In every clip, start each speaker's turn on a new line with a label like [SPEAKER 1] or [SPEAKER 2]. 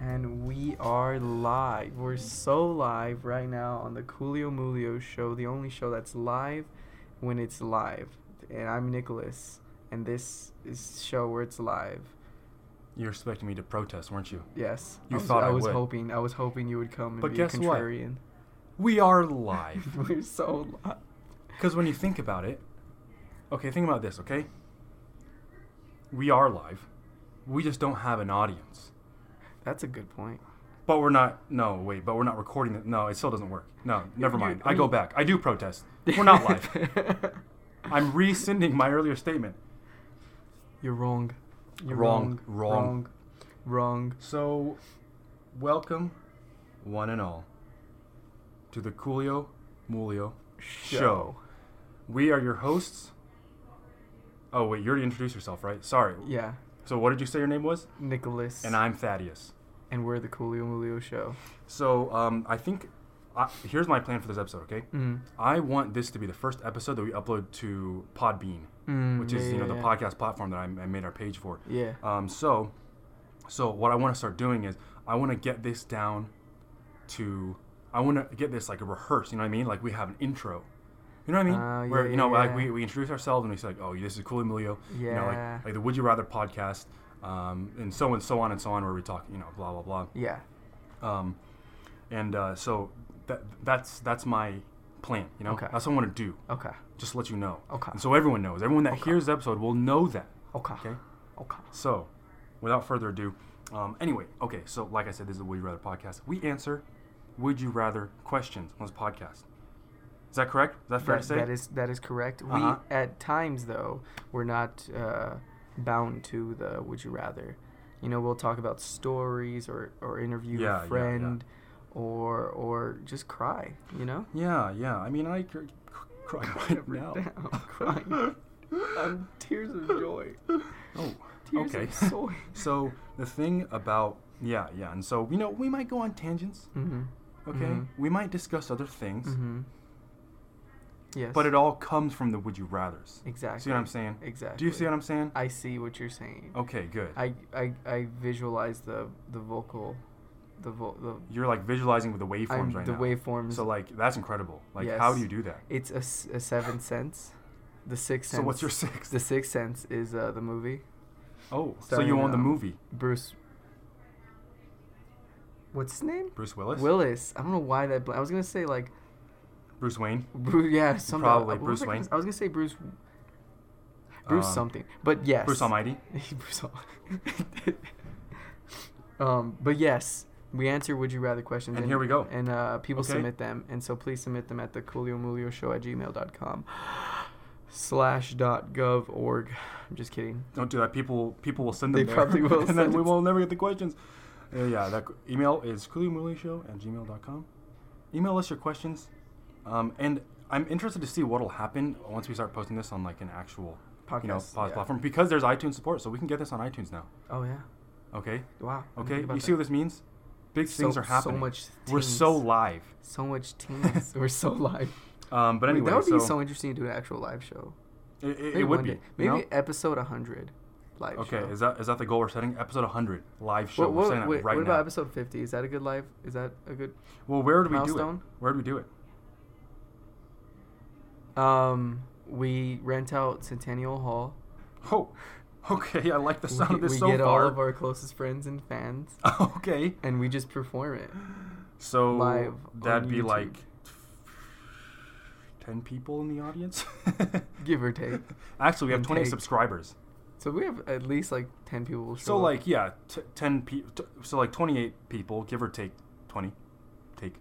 [SPEAKER 1] and we are live. We're so live right now on the Coolio Mulio show, the only show that's live when it's live. And I'm Nicholas, and this is show where it's live.
[SPEAKER 2] You were expecting me to protest, weren't you?
[SPEAKER 1] Yes,
[SPEAKER 2] You
[SPEAKER 1] I was,
[SPEAKER 2] thought I
[SPEAKER 1] was
[SPEAKER 2] would.
[SPEAKER 1] hoping I was hoping you would come and
[SPEAKER 2] But
[SPEAKER 1] be
[SPEAKER 2] guess
[SPEAKER 1] a
[SPEAKER 2] what?
[SPEAKER 1] contrarian.
[SPEAKER 2] We are live.
[SPEAKER 1] We're so live.
[SPEAKER 2] Because when you think about it, okay, think about this, okay? We are live. We just don't have an audience.
[SPEAKER 1] That's a good point.
[SPEAKER 2] But we're not, no, wait, but we're not recording it. No, it still doesn't work. No, never
[SPEAKER 1] You-
[SPEAKER 2] mind.
[SPEAKER 1] I
[SPEAKER 2] I go
[SPEAKER 1] mean-
[SPEAKER 2] back. I do protest. We're not live. I'm
[SPEAKER 1] rescinding.
[SPEAKER 2] rescinding my earlier statement.
[SPEAKER 1] You're wrong. You're
[SPEAKER 2] Wrong, wrong.
[SPEAKER 1] Wrong. Wrong.
[SPEAKER 2] So, welcome, one and all, to the Coolio Mulio show.
[SPEAKER 1] Show.
[SPEAKER 2] We are your hosts. Oh, wait, you already introduced yourself, right? Sorry.
[SPEAKER 1] Yeah.
[SPEAKER 2] So, what did you say your name was?
[SPEAKER 1] Nicholas.
[SPEAKER 2] And I'm Thaddeus.
[SPEAKER 1] And we're the Coolio Mulio show.
[SPEAKER 2] So, um, I think I, here's my plan for this episode, okay?
[SPEAKER 1] Mm.
[SPEAKER 2] I want this to be the first episode that we upload to Podbean,
[SPEAKER 1] Mm,
[SPEAKER 2] which is,
[SPEAKER 1] yeah,
[SPEAKER 2] you know,
[SPEAKER 1] yeah,
[SPEAKER 2] the
[SPEAKER 1] yeah.
[SPEAKER 2] podcast platform that I, I made our page for.
[SPEAKER 1] Yeah.
[SPEAKER 2] Um, so, so what I want to start doing is I want to get this down to I want to get this like a rehearse. You know what I mean? Like we have an intro. You know what I mean?
[SPEAKER 1] Ah,
[SPEAKER 2] Where
[SPEAKER 1] yeah,
[SPEAKER 2] you know
[SPEAKER 1] yeah,
[SPEAKER 2] like
[SPEAKER 1] yeah.
[SPEAKER 2] we, we introduce ourselves and we say like, oh, this is Cool Emilio. You know,
[SPEAKER 1] Yeah.
[SPEAKER 2] like, like the Would You Rather podcast, um, and so and so on and so on, where we talk, you know, blah blah blah.
[SPEAKER 1] yeah.
[SPEAKER 2] Um, and uh, so that that's that's my plan. You know,
[SPEAKER 1] Okay.
[SPEAKER 2] that's what I want to do.
[SPEAKER 1] Okay.
[SPEAKER 2] Just to let you know.
[SPEAKER 1] Okay.
[SPEAKER 2] And so everyone knows. Everyone that
[SPEAKER 1] Okay.
[SPEAKER 2] hears the episode will know that.
[SPEAKER 1] Okay.
[SPEAKER 2] Okay.
[SPEAKER 1] Okay.
[SPEAKER 2] So, without further ado, um, anyway, okay, so like I said, this is the Would You Rather podcast. We answer Would You Rather questions on this podcast. Is that correct? Is that fair
[SPEAKER 1] That,
[SPEAKER 2] to say?
[SPEAKER 1] that is that is correct.
[SPEAKER 2] Uh-huh.
[SPEAKER 1] We at times though we're not uh, bound to the would you rather. You know we'll talk about stories or or interview
[SPEAKER 2] Yeah, yeah,
[SPEAKER 1] a
[SPEAKER 2] yeah.
[SPEAKER 1] friend or or just cry. You know.
[SPEAKER 2] yeah, yeah. I mean, I cr- cr- cry right now.
[SPEAKER 1] I'm crying. I'm tears of joy.
[SPEAKER 2] Oh,
[SPEAKER 1] Tears
[SPEAKER 2] okay.
[SPEAKER 1] of soy.
[SPEAKER 2] so, the thing about, yeah, yeah. And so, you know, we might go on tangents,
[SPEAKER 1] Mm-hmm.
[SPEAKER 2] okay?
[SPEAKER 1] Mhm.
[SPEAKER 2] We might discuss other things,
[SPEAKER 1] Mm-hmm. Yes.
[SPEAKER 2] but it all comes from the Would You Rathers.
[SPEAKER 1] exactly.
[SPEAKER 2] See what I'm saying?
[SPEAKER 1] Exactly.
[SPEAKER 2] Do you see what I'm saying?
[SPEAKER 1] I see what you're saying.
[SPEAKER 2] okay, good.
[SPEAKER 1] I, I I visualize the the vocal, the vo- the
[SPEAKER 2] You're like visualizing with the waveforms
[SPEAKER 1] I'm-
[SPEAKER 2] right
[SPEAKER 1] the
[SPEAKER 2] now.
[SPEAKER 1] waveforms.
[SPEAKER 2] So like that's incredible. Like how do
[SPEAKER 1] Yes.
[SPEAKER 2] you do that?
[SPEAKER 1] it's a, s- a seventh sense. The sixth sense.
[SPEAKER 2] So what's your sixth?
[SPEAKER 1] The sixth sense is uh, the movie
[SPEAKER 2] oh, so
[SPEAKER 1] Sorry,
[SPEAKER 2] you own the
[SPEAKER 1] no.
[SPEAKER 2] movie,
[SPEAKER 1] Bruce. What's his name?
[SPEAKER 2] Bruce Willis,
[SPEAKER 1] Willis. I don't know why that. Bl- I was gonna say like
[SPEAKER 2] Bruce Wayne.
[SPEAKER 1] Bruce. Yeah, some uh,
[SPEAKER 2] Probably
[SPEAKER 1] what
[SPEAKER 2] Bruce
[SPEAKER 1] was I gonna
[SPEAKER 2] Wayne.
[SPEAKER 1] s- I was gonna say Bruce. Bruce
[SPEAKER 2] Um,
[SPEAKER 1] something, but yes.
[SPEAKER 2] Bruce Almighty.
[SPEAKER 1] Bruce Almighty. um, but yes, we answer would you rather questions.
[SPEAKER 2] And here we go.
[SPEAKER 1] And uh, people
[SPEAKER 2] Okay.
[SPEAKER 1] submit them. And so please submit them at the show at gmail.com slash dot gov org. I'm just kidding.
[SPEAKER 2] Don't do that. People people will send
[SPEAKER 1] They
[SPEAKER 2] them. there,
[SPEAKER 1] probably will
[SPEAKER 2] and then
[SPEAKER 1] send
[SPEAKER 2] we
[SPEAKER 1] it.
[SPEAKER 2] will never get the questions. Uh, yeah, that qu- email is show at gmail.com. Email us your questions, um, and I'm interested to see what'll happen once we start posting this on like an actual you know
[SPEAKER 1] Podcast,
[SPEAKER 2] pod
[SPEAKER 1] yeah.
[SPEAKER 2] platform because there's iTunes support, so we can get this on iTunes now.
[SPEAKER 1] Oh, yeah.
[SPEAKER 2] Okay,
[SPEAKER 1] Wow. I didn't
[SPEAKER 2] okay.
[SPEAKER 1] think
[SPEAKER 2] You
[SPEAKER 1] about
[SPEAKER 2] see
[SPEAKER 1] that.
[SPEAKER 2] what this means? Big
[SPEAKER 1] So-
[SPEAKER 2] things are happening.
[SPEAKER 1] So much.
[SPEAKER 2] We're so
[SPEAKER 1] teens.
[SPEAKER 2] live.
[SPEAKER 1] So much teens. We're so live.
[SPEAKER 2] Um, but
[SPEAKER 1] Wait,
[SPEAKER 2] anyway,
[SPEAKER 1] that would
[SPEAKER 2] so,
[SPEAKER 1] be so interesting to do an actual live show.
[SPEAKER 2] It, it,
[SPEAKER 1] Maybe
[SPEAKER 2] it would
[SPEAKER 1] one
[SPEAKER 2] be.
[SPEAKER 1] day.
[SPEAKER 2] you
[SPEAKER 1] Maybe
[SPEAKER 2] know?
[SPEAKER 1] episode 100 live show.
[SPEAKER 2] okay, is that is that the goal we're setting? Episode 100 live show.
[SPEAKER 1] What,
[SPEAKER 2] we're
[SPEAKER 1] what,
[SPEAKER 2] setting that
[SPEAKER 1] wait,
[SPEAKER 2] right
[SPEAKER 1] what
[SPEAKER 2] now.
[SPEAKER 1] about episode 50? Is that a good live? Is that a good
[SPEAKER 2] well, where do we do
[SPEAKER 1] milestone?
[SPEAKER 2] it? Where do we do it?
[SPEAKER 1] Um, we rent out Centennial Hall.
[SPEAKER 2] Oh, okay. I like the sound
[SPEAKER 1] we,
[SPEAKER 2] of this
[SPEAKER 1] we
[SPEAKER 2] so
[SPEAKER 1] get
[SPEAKER 2] far.
[SPEAKER 1] all of our closest friends and fans,
[SPEAKER 2] okay,
[SPEAKER 1] and we just perform it.
[SPEAKER 2] so
[SPEAKER 1] Live
[SPEAKER 2] that'd
[SPEAKER 1] on
[SPEAKER 2] be
[SPEAKER 1] YouTube.
[SPEAKER 2] like ten people in the audience.
[SPEAKER 1] Give or take.
[SPEAKER 2] Actually, we have
[SPEAKER 1] And
[SPEAKER 2] 20
[SPEAKER 1] take.
[SPEAKER 2] subscribers.
[SPEAKER 1] So we have at least like ten people. Will show
[SPEAKER 2] So
[SPEAKER 1] up.
[SPEAKER 2] like yeah, t- 10 people. T- so like 28 people, give or take 20. Take.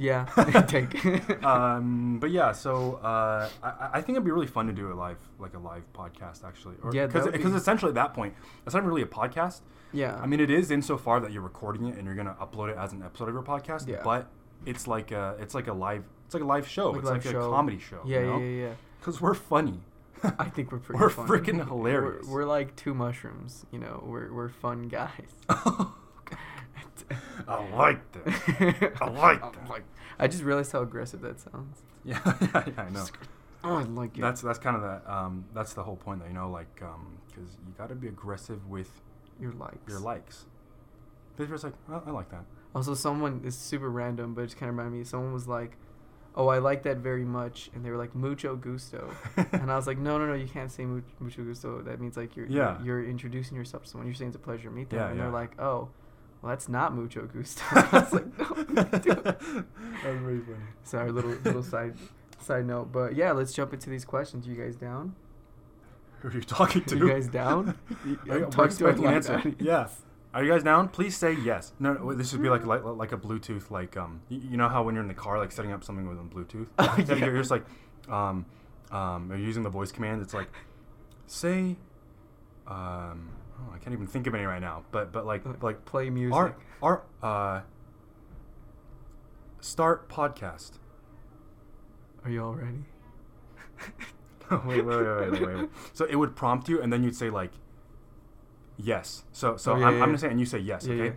[SPEAKER 1] yeah, take.
[SPEAKER 2] um, but yeah, so uh, I, I think it'd be really fun to do a live, like a live podcast, actually. Or,
[SPEAKER 1] Yeah, that
[SPEAKER 2] because
[SPEAKER 1] would be-
[SPEAKER 2] essentially at that point, it's not really a podcast.
[SPEAKER 1] yeah,
[SPEAKER 2] I mean, it is insofar that you're recording it and you're gonna upload it as an episode of your podcast.
[SPEAKER 1] Yeah.
[SPEAKER 2] But it's like a, it's like a live, it's like a live show. it's
[SPEAKER 1] live
[SPEAKER 2] like a comedy show.
[SPEAKER 1] Yeah,
[SPEAKER 2] you know?
[SPEAKER 1] yeah, yeah,
[SPEAKER 2] Because we're funny.
[SPEAKER 1] yeah. I think we're pretty.
[SPEAKER 2] We're
[SPEAKER 1] funny.
[SPEAKER 2] freaking
[SPEAKER 1] We're-
[SPEAKER 2] hilarious.
[SPEAKER 1] We're, like two mushrooms. You know, we're we're fun guys.
[SPEAKER 2] I like that. I like that.
[SPEAKER 1] like. I just realized how aggressive that sounds.
[SPEAKER 2] Yeah, yeah, yeah, I know.
[SPEAKER 1] Oh, I like it.
[SPEAKER 2] That's that's kind of the um, that's the whole point, though. um, You know, like because you got to be aggressive with
[SPEAKER 1] your likes.
[SPEAKER 2] your likes. They were just like, oh, I like that.
[SPEAKER 1] Also, someone is super random, but it just kind of reminded me. Someone was like, "Oh, I like that very much," and they were like, "Mucho gusto," and I was like, "No, no, no, you can't say mu- mucho gusto. That means like you're
[SPEAKER 2] Yeah.
[SPEAKER 1] you're, you're introducing yourself to someone. You're saying it's a pleasure to meet them."
[SPEAKER 2] Yeah,
[SPEAKER 1] and they're
[SPEAKER 2] yeah.
[SPEAKER 1] like, "Oh, well, that's not mucho gusto." I was like, "No, dude."
[SPEAKER 2] That's really funny.
[SPEAKER 1] Sorry, little little side side note, but yeah, let's jump into these questions. You guys down?
[SPEAKER 2] Who are you talking to?
[SPEAKER 1] You guys down? You-
[SPEAKER 2] Are you-
[SPEAKER 1] I'm
[SPEAKER 2] we're
[SPEAKER 1] talking to
[SPEAKER 2] expecting
[SPEAKER 1] a live
[SPEAKER 2] an answer.
[SPEAKER 1] audience.
[SPEAKER 2] Yeah. Are you guys down? Please say yes. No, no this would be like, like like a Bluetooth. Like um, you, you know how when you're in the car, like setting up something with Bluetooth,
[SPEAKER 1] Oh,
[SPEAKER 2] Then
[SPEAKER 1] yeah.
[SPEAKER 2] you're just like, um, um, you're using the voice command. It's like, say, um, oh, I can't even think of any right now. But but like
[SPEAKER 1] Like,
[SPEAKER 2] like
[SPEAKER 1] play music.
[SPEAKER 2] Our our uh, start podcast.
[SPEAKER 1] Are you all ready?
[SPEAKER 2] wait, wait, wait, wait, wait, wait. So it would prompt you, and then you'd say like, "Yes." So, so
[SPEAKER 1] Oh, yeah, yeah,
[SPEAKER 2] I'm, I'm
[SPEAKER 1] yeah.
[SPEAKER 2] gonna say, and you say yes.
[SPEAKER 1] Yeah,
[SPEAKER 2] okay.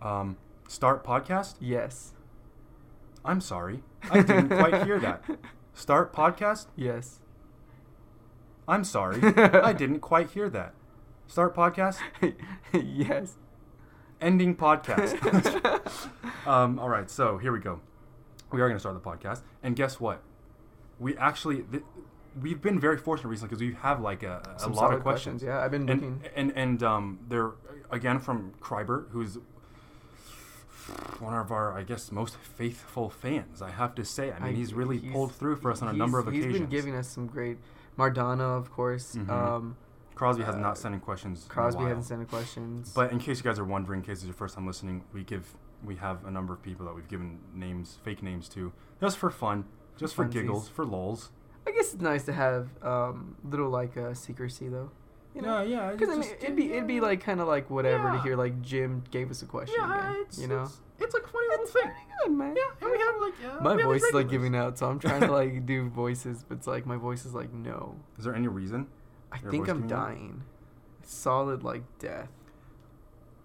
[SPEAKER 2] Um, start podcast.
[SPEAKER 1] Yes.
[SPEAKER 2] I'm sorry, I didn't quite hear that. Start podcast.
[SPEAKER 1] Yes.
[SPEAKER 2] I'm sorry, I didn't quite hear that. Start podcast.
[SPEAKER 1] yes.
[SPEAKER 2] Ending podcast. um, all right, so here we go. We are gonna start the podcast, and guess what? We actually. Th- We've been very fortunate recently because we have like a, a
[SPEAKER 1] Some
[SPEAKER 2] lot
[SPEAKER 1] solid
[SPEAKER 2] of questions.
[SPEAKER 1] Yeah, I've been looking.
[SPEAKER 2] and and, and um, they're again from Kreiber, who's one of our, I guess, most faithful fans. I have to say, I mean,
[SPEAKER 1] I-
[SPEAKER 2] he's really
[SPEAKER 1] he's-
[SPEAKER 2] pulled through for us on a
[SPEAKER 1] he's-
[SPEAKER 2] number of occasions.
[SPEAKER 1] He's been giving us some great Mardana, of course.
[SPEAKER 2] Mhm.
[SPEAKER 1] Um,
[SPEAKER 2] Crosby has
[SPEAKER 1] uh,
[SPEAKER 2] not sent in questions. in a
[SPEAKER 1] Crosby
[SPEAKER 2] while.
[SPEAKER 1] hasn't sent in questions.
[SPEAKER 2] But in case you guys are wondering, in case it's your first time listening, we give we have a number of people that we've given names, fake names to, just for fun, just for
[SPEAKER 1] Funsies.
[SPEAKER 2] giggles, for lols.
[SPEAKER 1] I guess it's nice to have um, little like uh, secrecy though. You know,
[SPEAKER 2] yeah,
[SPEAKER 1] because I mean, it'd be it'd be like kind of like whatever to
[SPEAKER 2] Yeah.
[SPEAKER 1] hear like Jim gave us a question. again, you know,
[SPEAKER 2] it's like a funny
[SPEAKER 1] It's pretty good, man. Uh,
[SPEAKER 2] have like yeah,
[SPEAKER 1] my voice is like giving out, so I'm trying to like do voices, but it's like my voice is like no.
[SPEAKER 2] Is there any reason?
[SPEAKER 1] I
[SPEAKER 2] Your
[SPEAKER 1] think
[SPEAKER 2] voice
[SPEAKER 1] I'm
[SPEAKER 2] giving out?
[SPEAKER 1] dying. Solid like death.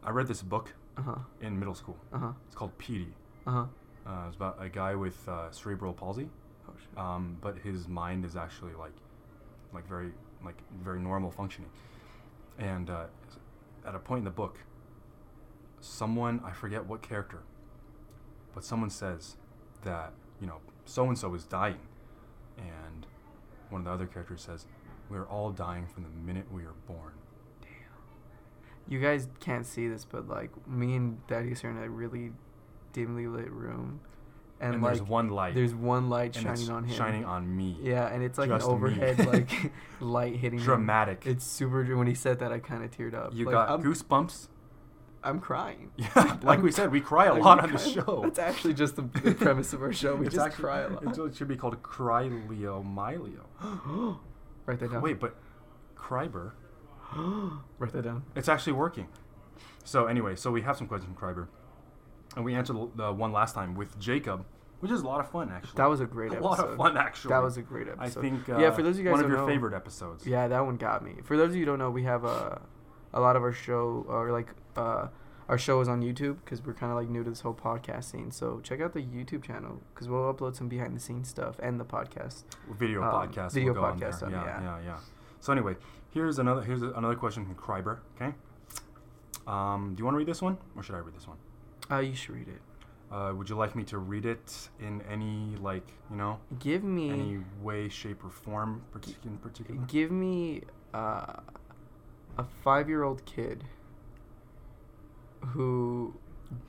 [SPEAKER 2] I read this book
[SPEAKER 1] Uh huh.
[SPEAKER 2] in middle school.
[SPEAKER 1] Uh huh.
[SPEAKER 2] It's called Petey.
[SPEAKER 1] Uh huh.
[SPEAKER 2] Uh, it's about a guy with uh, cerebral palsy,
[SPEAKER 1] Oh shit.
[SPEAKER 2] um, but his mind is actually like, like very like very normal functioning. And uh, at a point in the book, someone I forget what character, but someone says that you know so and so is dying, and one of the other characters says, "We're all dying from the minute we are born."
[SPEAKER 1] You guys can't see this, but like me and Thaddeus are in a really dimly lit room, and,
[SPEAKER 2] And,
[SPEAKER 1] like
[SPEAKER 2] there's one light.
[SPEAKER 1] there's one light
[SPEAKER 2] and it's
[SPEAKER 1] shining on him.
[SPEAKER 2] Shining on me.
[SPEAKER 1] Yeah, and it's like an
[SPEAKER 2] Just Mm. me.
[SPEAKER 1] overhead like light hitting. him.
[SPEAKER 2] Dramatic.
[SPEAKER 1] It's super. dr- When he said that, I kind of teared up.
[SPEAKER 2] you
[SPEAKER 1] Like, um,
[SPEAKER 2] got
[SPEAKER 1] I'm,
[SPEAKER 2] goosebumps.
[SPEAKER 1] I'm crying.
[SPEAKER 2] Yeah, like we said, we cry a
[SPEAKER 1] Like,
[SPEAKER 2] lot
[SPEAKER 1] we
[SPEAKER 2] on the
[SPEAKER 1] cry-
[SPEAKER 2] show.
[SPEAKER 1] That's actually just the, the premise of our show. We
[SPEAKER 2] It's
[SPEAKER 1] just
[SPEAKER 2] actually-
[SPEAKER 1] cry a lot.
[SPEAKER 2] it's- It should be called cryleomylio.
[SPEAKER 1] Write that down.
[SPEAKER 2] Wait, but Kreiber,
[SPEAKER 1] Write that down.
[SPEAKER 2] it's actually working. So anyway, so we have some questions from Kreiber, and we answered the- the one last time with Jacob, which is a lot of fun actually.
[SPEAKER 1] That was a great
[SPEAKER 2] a
[SPEAKER 1] episode.
[SPEAKER 2] lot of fun actually.
[SPEAKER 1] That was a great episode.
[SPEAKER 2] I think uh,
[SPEAKER 1] yeah, for those of you guys
[SPEAKER 2] one of
[SPEAKER 1] who
[SPEAKER 2] your
[SPEAKER 1] know,
[SPEAKER 2] favorite episodes.
[SPEAKER 1] Yeah, that one got me. For those of you who don't know, we have a, a lot of our show or like uh, our show is on YouTube because we're kind of like new to this whole podcast scene. So check out the YouTube channel because we'll upload some behind the scenes stuff and the podcast.
[SPEAKER 2] video
[SPEAKER 1] Um,
[SPEAKER 2] podcast.
[SPEAKER 1] video
[SPEAKER 2] will go on
[SPEAKER 1] podcast
[SPEAKER 2] there.
[SPEAKER 1] stuff,
[SPEAKER 2] yeah,
[SPEAKER 1] yeah.
[SPEAKER 2] yeah, yeah. So anyway, here's another here's another question from Kreiber. Okay, um, do you want to read this one, or should I read this one?
[SPEAKER 1] Uh, you should read it.
[SPEAKER 2] Uh, would you like me to read it in any like you know
[SPEAKER 1] Give me,
[SPEAKER 2] any way, shape, or form partic- in particular?
[SPEAKER 1] give me uh, a five year old kid who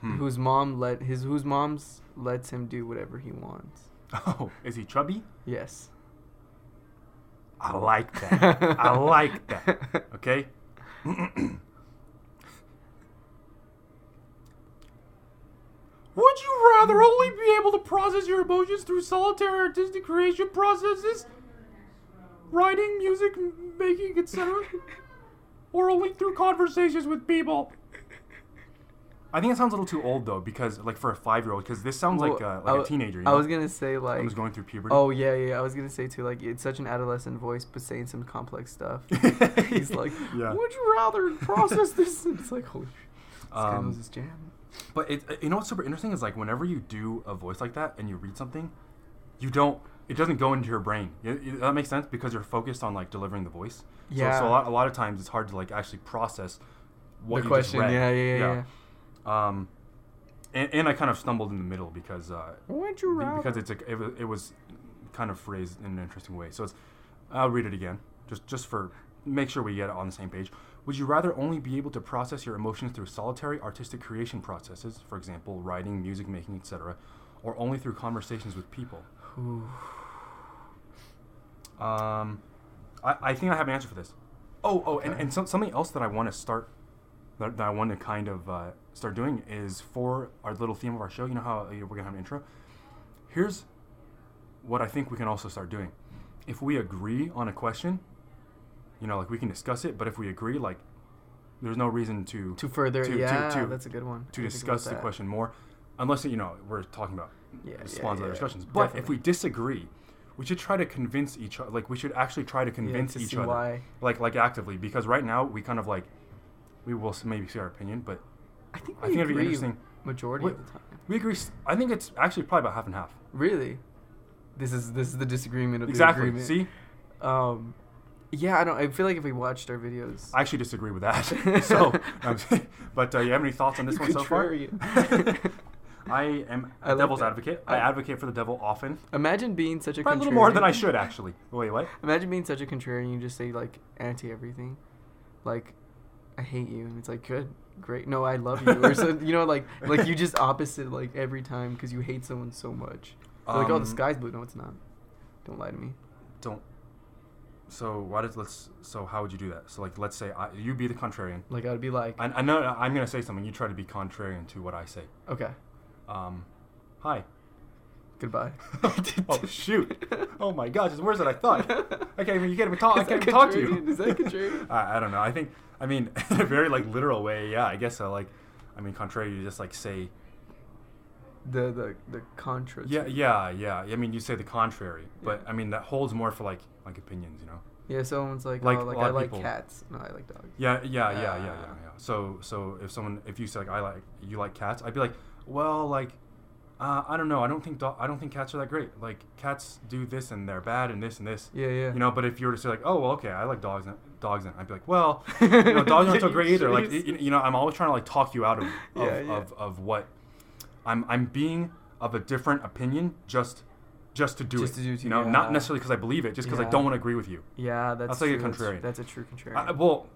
[SPEAKER 2] Hmm.
[SPEAKER 1] whose mom let his whose mom's lets him do whatever he wants.
[SPEAKER 2] Oh, is he chubby?
[SPEAKER 1] Yes.
[SPEAKER 2] I like that. I like that. Okay. Would you rather only be able to process your emotions through solitary artistic creation processes, writing, music, m- making, etc., or only through conversations with people? I think it sounds a little too old though, because like for a five-year-old, because this sounds like
[SPEAKER 1] Well,
[SPEAKER 2] a, like
[SPEAKER 1] I-
[SPEAKER 2] a teenager. You
[SPEAKER 1] I
[SPEAKER 2] know?
[SPEAKER 1] was gonna say like
[SPEAKER 2] Someone's going through puberty.
[SPEAKER 1] Oh yeah, yeah. I was gonna say too, like it's such an adolescent voice, but saying some complex stuff. He's like,
[SPEAKER 2] Yeah.
[SPEAKER 1] "Would you rather process this?" And it's like, "Holy shit!" This guy
[SPEAKER 2] Um,
[SPEAKER 1] knows his jam.
[SPEAKER 2] But it, you know what's super interesting is like whenever you do a voice like that and you read something, you don't. It doesn't go into your brain. Y- y- that makes sense because you're focused on like delivering the voice. So,
[SPEAKER 1] Yeah.
[SPEAKER 2] so a lot, a lot of times it's hard to like actually process what
[SPEAKER 1] the
[SPEAKER 2] you
[SPEAKER 1] question,
[SPEAKER 2] just read.
[SPEAKER 1] yeah, yeah, yeah, yeah.
[SPEAKER 2] Um, and, and I kind of stumbled in the middle because uh,
[SPEAKER 1] Would you
[SPEAKER 2] be-
[SPEAKER 1] rather?
[SPEAKER 2] because it's a, it, wa- it was kind of phrased in an interesting way. So it's I'll read it again just just for make sure we get it on the same page. Would you rather only be able to process your emotions through solitary artistic creation processes, for example, writing, music making, etc., or only through conversations with people?
[SPEAKER 1] Ooh.
[SPEAKER 2] Um, I, I think I have an answer for this. Oh, oh, and,
[SPEAKER 1] Okay.
[SPEAKER 2] and some, something else that I want to start, that, that I want to kind of uh, start doing is for our little theme of our show. You know how uh, we're gonna have an intro. Here's what I think we can also start doing. If we agree on a question, you know, like we can discuss it. But if we agree, like, there's no reason to
[SPEAKER 1] to further,
[SPEAKER 2] to- to-
[SPEAKER 1] yeah,
[SPEAKER 2] to-
[SPEAKER 1] that's a good one.
[SPEAKER 2] to
[SPEAKER 1] I didn't think about
[SPEAKER 2] discuss the
[SPEAKER 1] that.
[SPEAKER 2] question more, unless you know we're talking about
[SPEAKER 1] Yeah,
[SPEAKER 2] yeah,
[SPEAKER 1] yeah,
[SPEAKER 2] spawns
[SPEAKER 1] yeah,
[SPEAKER 2] other discussions. But if
[SPEAKER 1] definitely.
[SPEAKER 2] we disagree, we should try to convince each other. Like we should actually try to convince
[SPEAKER 1] to
[SPEAKER 2] each
[SPEAKER 1] see
[SPEAKER 2] other,
[SPEAKER 1] why.
[SPEAKER 2] like like actively, because right now we kind of like we will s- maybe say our opinion, but
[SPEAKER 1] I think
[SPEAKER 2] I
[SPEAKER 1] we
[SPEAKER 2] think it'd be
[SPEAKER 1] agree
[SPEAKER 2] interesting.
[SPEAKER 1] majority
[SPEAKER 2] What-
[SPEAKER 1] of the time.
[SPEAKER 2] We agree. s- I think it's actually probably about half and half.
[SPEAKER 1] Really, this is this is the disagreement of
[SPEAKER 2] Exactly.
[SPEAKER 1] the agreement.
[SPEAKER 2] See,
[SPEAKER 1] um, yeah, I don't. I feel like if we watched our videos,
[SPEAKER 2] I actually disagree with that. so, um, but uh, you have any thoughts on this
[SPEAKER 1] You
[SPEAKER 2] one so far?
[SPEAKER 1] contrarian.
[SPEAKER 2] I am
[SPEAKER 1] I
[SPEAKER 2] a
[SPEAKER 1] like
[SPEAKER 2] devil's
[SPEAKER 1] that.
[SPEAKER 2] advocate. I,
[SPEAKER 1] I-
[SPEAKER 2] advocate for the devil often.
[SPEAKER 1] imagine being such a
[SPEAKER 2] Probably a little more than I
[SPEAKER 1] contrarian.
[SPEAKER 2] should actually. Wait, what?
[SPEAKER 1] Imagine being such a contrarian. You just say like anti everything, like I hate you, and it's like good, great. No, I love you, or so you know, like like you just opposite like every time because you hate someone so much. You're like oh,
[SPEAKER 2] Um,
[SPEAKER 1] the sky's blue. No, it's not. Don't lie to me.
[SPEAKER 2] don't so why does let's so how would you do that so like let's say I, you be the contrarian
[SPEAKER 1] Like I'd be like,
[SPEAKER 2] I, I know i'm gonna say something you try to be contrarian to what i say
[SPEAKER 1] okay,
[SPEAKER 2] um hi
[SPEAKER 1] goodbye.
[SPEAKER 2] oh shoot oh my gosh it's worse than i thought i can't even you can't even talk i
[SPEAKER 1] Is that
[SPEAKER 2] can't even talk to you
[SPEAKER 1] contrarian? Is that contrarian?
[SPEAKER 2] I, I don't know i think i mean in a very like literal way yeah i guess so like i mean contrary you just like say
[SPEAKER 1] the the the contra.
[SPEAKER 2] yeah
[SPEAKER 1] to-
[SPEAKER 2] yeah yeah i mean you say the contrary but
[SPEAKER 1] Yeah.
[SPEAKER 2] i mean that holds more for like like opinions you know
[SPEAKER 1] Yeah, someone's like,
[SPEAKER 2] Like,
[SPEAKER 1] oh, like
[SPEAKER 2] a lot
[SPEAKER 1] I
[SPEAKER 2] of
[SPEAKER 1] like
[SPEAKER 2] people-
[SPEAKER 1] cats. No, I like dogs.
[SPEAKER 2] Yeah, yeah, yeah, yeah, yeah,
[SPEAKER 1] Uh,
[SPEAKER 2] yeah. So, so if someone, if you say like I like you like cats, I'd be like, well, like, uh, I don't know, I don't think do- I don't think cats are that great. Like cats do this and they're bad and this and this.
[SPEAKER 1] Yeah, yeah.
[SPEAKER 2] You know, but if you were to say like, oh, well, okay, I like dogs and dogs and I'd be like, well, you know, dogs aren't so
[SPEAKER 1] Yeah,
[SPEAKER 2] great either. Like,
[SPEAKER 1] jeez.
[SPEAKER 2] you, you know, I'm always trying to like talk you out of of,
[SPEAKER 1] Yeah, yeah.
[SPEAKER 2] of of what I'm I'm being of a different opinion just just to do
[SPEAKER 1] Just
[SPEAKER 2] it.
[SPEAKER 1] to do it,
[SPEAKER 2] you know, not
[SPEAKER 1] yeah.
[SPEAKER 2] necessarily because I believe it, just because I
[SPEAKER 1] Yeah.
[SPEAKER 2] don't want to agree with you.
[SPEAKER 1] Yeah, that's
[SPEAKER 2] That's like a
[SPEAKER 1] true.
[SPEAKER 2] contrarian.
[SPEAKER 1] That's, that's a true contrarian.
[SPEAKER 2] I, well,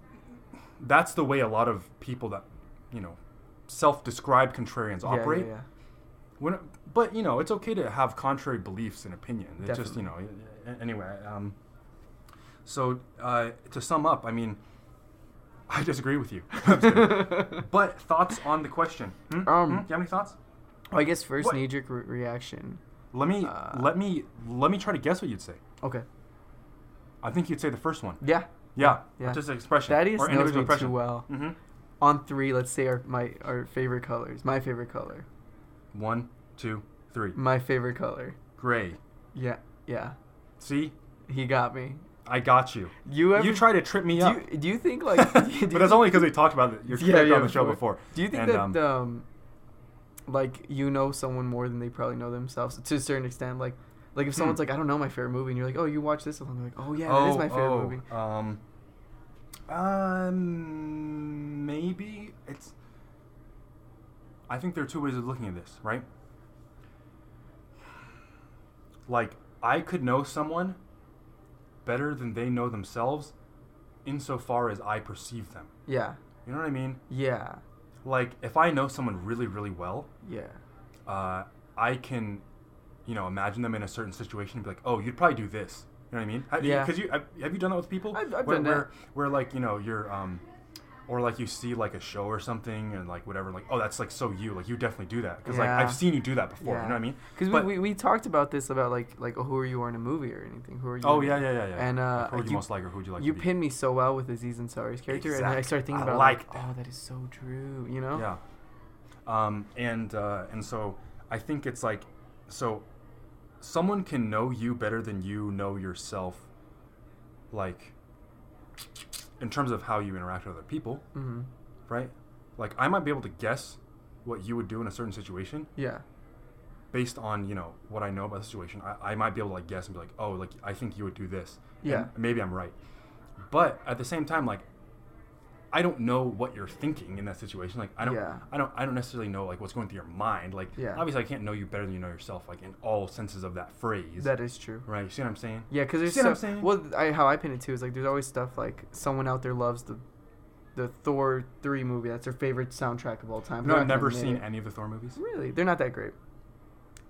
[SPEAKER 2] that's the way a lot of people that, you know, self-described contrarians
[SPEAKER 1] Yeah,
[SPEAKER 2] operate.
[SPEAKER 1] Yeah, yeah,
[SPEAKER 2] When, but you know, it's okay to have contrary beliefs and opinions. It's just you know.
[SPEAKER 1] Definitely.
[SPEAKER 2] a- a- Anyway, um, so uh, to sum up, I mean, I disagree with you. I'm just kidding. but thoughts on the question?
[SPEAKER 1] Um,
[SPEAKER 2] Hmm? Hmm? Do you have any thoughts?
[SPEAKER 1] Well, I guess first
[SPEAKER 2] What?
[SPEAKER 1] knee jerk re- reaction.
[SPEAKER 2] Let me
[SPEAKER 1] Uh,
[SPEAKER 2] let me let me try to guess what you'd say.
[SPEAKER 1] Okay.
[SPEAKER 2] I think you'd say the first one.
[SPEAKER 1] Yeah.
[SPEAKER 2] Yeah,
[SPEAKER 1] Yeah.
[SPEAKER 2] artistic expression
[SPEAKER 1] Thaddeus
[SPEAKER 2] or
[SPEAKER 1] knows me
[SPEAKER 2] individual expression.
[SPEAKER 1] too well.
[SPEAKER 2] Mm-hmm.
[SPEAKER 1] On three, let's say our my our favorite colors. My favorite color.
[SPEAKER 2] One, two, three.
[SPEAKER 1] My favorite color.
[SPEAKER 2] Gray.
[SPEAKER 1] Yeah. Yeah.
[SPEAKER 2] See,
[SPEAKER 1] He got me.
[SPEAKER 2] I got you.
[SPEAKER 1] You ever
[SPEAKER 2] you try to trip me
[SPEAKER 1] do
[SPEAKER 2] up.
[SPEAKER 1] you, do you think like do you
[SPEAKER 2] but that's only because we talked about it. You're
[SPEAKER 1] Yeah,
[SPEAKER 2] correct
[SPEAKER 1] yeah,
[SPEAKER 2] on the
[SPEAKER 1] of
[SPEAKER 2] show
[SPEAKER 1] course.
[SPEAKER 2] before.
[SPEAKER 1] Do you think
[SPEAKER 2] And,
[SPEAKER 1] that
[SPEAKER 2] um,
[SPEAKER 1] um, like you know someone more than they probably know themselves to a certain extent? Like, like if someone's
[SPEAKER 2] Hmm.
[SPEAKER 1] like, I don't know my favorite movie, and you're like, Oh, you watch this one? They're like, Oh yeah, that is my favorite
[SPEAKER 2] oh,
[SPEAKER 1] movie.
[SPEAKER 2] Um, um, maybe it's. I think there are two ways of looking at this, right? Like I could know someone better than they know themselves, insofar as I perceive them.
[SPEAKER 1] Yeah,
[SPEAKER 2] You know what I mean?
[SPEAKER 1] yeah,
[SPEAKER 2] Like if I know someone really, really well,
[SPEAKER 1] yeah,
[SPEAKER 2] uh, I can, you know, imagine them in a certain situation and be like, oh, you'd probably do this. You know what I mean? Have
[SPEAKER 1] Yeah.
[SPEAKER 2] Because you, have, have you done that with people?
[SPEAKER 1] I've- I've
[SPEAKER 2] where,
[SPEAKER 1] done that.
[SPEAKER 2] where, Where like you know you're, um, or like you see like a show or something and like whatever, like oh that's like so you, like you definitely do that because like
[SPEAKER 1] Yeah.
[SPEAKER 2] I've seen you do that before. You
[SPEAKER 1] Yeah.
[SPEAKER 2] know what I mean?
[SPEAKER 1] because
[SPEAKER 2] But-
[SPEAKER 1] we, we, we talked about this about like like oh, who are you are in a movie or anything? Who are you?
[SPEAKER 2] Oh
[SPEAKER 1] in-
[SPEAKER 2] yeah, yeah, yeah, yeah.
[SPEAKER 1] And, uh,
[SPEAKER 2] Like, who would you,
[SPEAKER 1] you-
[SPEAKER 2] most like or who would you like?
[SPEAKER 1] you
[SPEAKER 2] to be?
[SPEAKER 1] pinned me so well with Aziz Ansari's character, and I
[SPEAKER 2] Exactly.
[SPEAKER 1] started thinking
[SPEAKER 2] I
[SPEAKER 1] about it,
[SPEAKER 2] like that.
[SPEAKER 1] oh, that is so true. You know?
[SPEAKER 2] Yeah. Um, and uh, and so I think it's like so someone can know you better than you know yourself like in terms of how you interact with other people,
[SPEAKER 1] hmm
[SPEAKER 2] right? Like I might be able to guess what you would do in a certain situation
[SPEAKER 1] Yeah.
[SPEAKER 2] based on, you know, what I know about the situation. I, I might be able to like guess and be like, oh like I think you would do this.
[SPEAKER 1] Yeah.
[SPEAKER 2] And maybe I'm right. But at the same time, like I don't know what you're thinking in that situation. Like I don't
[SPEAKER 1] Yeah.
[SPEAKER 2] I don't I don't necessarily know like what's going through your mind. Like
[SPEAKER 1] Yeah.
[SPEAKER 2] obviously I can't know you better than you know yourself. Like in all senses of that phrase.
[SPEAKER 1] That is true.
[SPEAKER 2] right. You see what I'm saying?
[SPEAKER 1] Yeah, because there's
[SPEAKER 2] See what I'm
[SPEAKER 1] stuff.
[SPEAKER 2] saying?
[SPEAKER 1] Well, I, how I pin it too is like there's always stuff like someone out there loves the, the Thor three movie. That's their favorite soundtrack of all time.
[SPEAKER 2] No,
[SPEAKER 1] They're
[SPEAKER 2] I've
[SPEAKER 1] not gonna
[SPEAKER 2] never
[SPEAKER 1] admit
[SPEAKER 2] seen
[SPEAKER 1] it.
[SPEAKER 2] any of the Thor movies.
[SPEAKER 1] Really, they're not that great.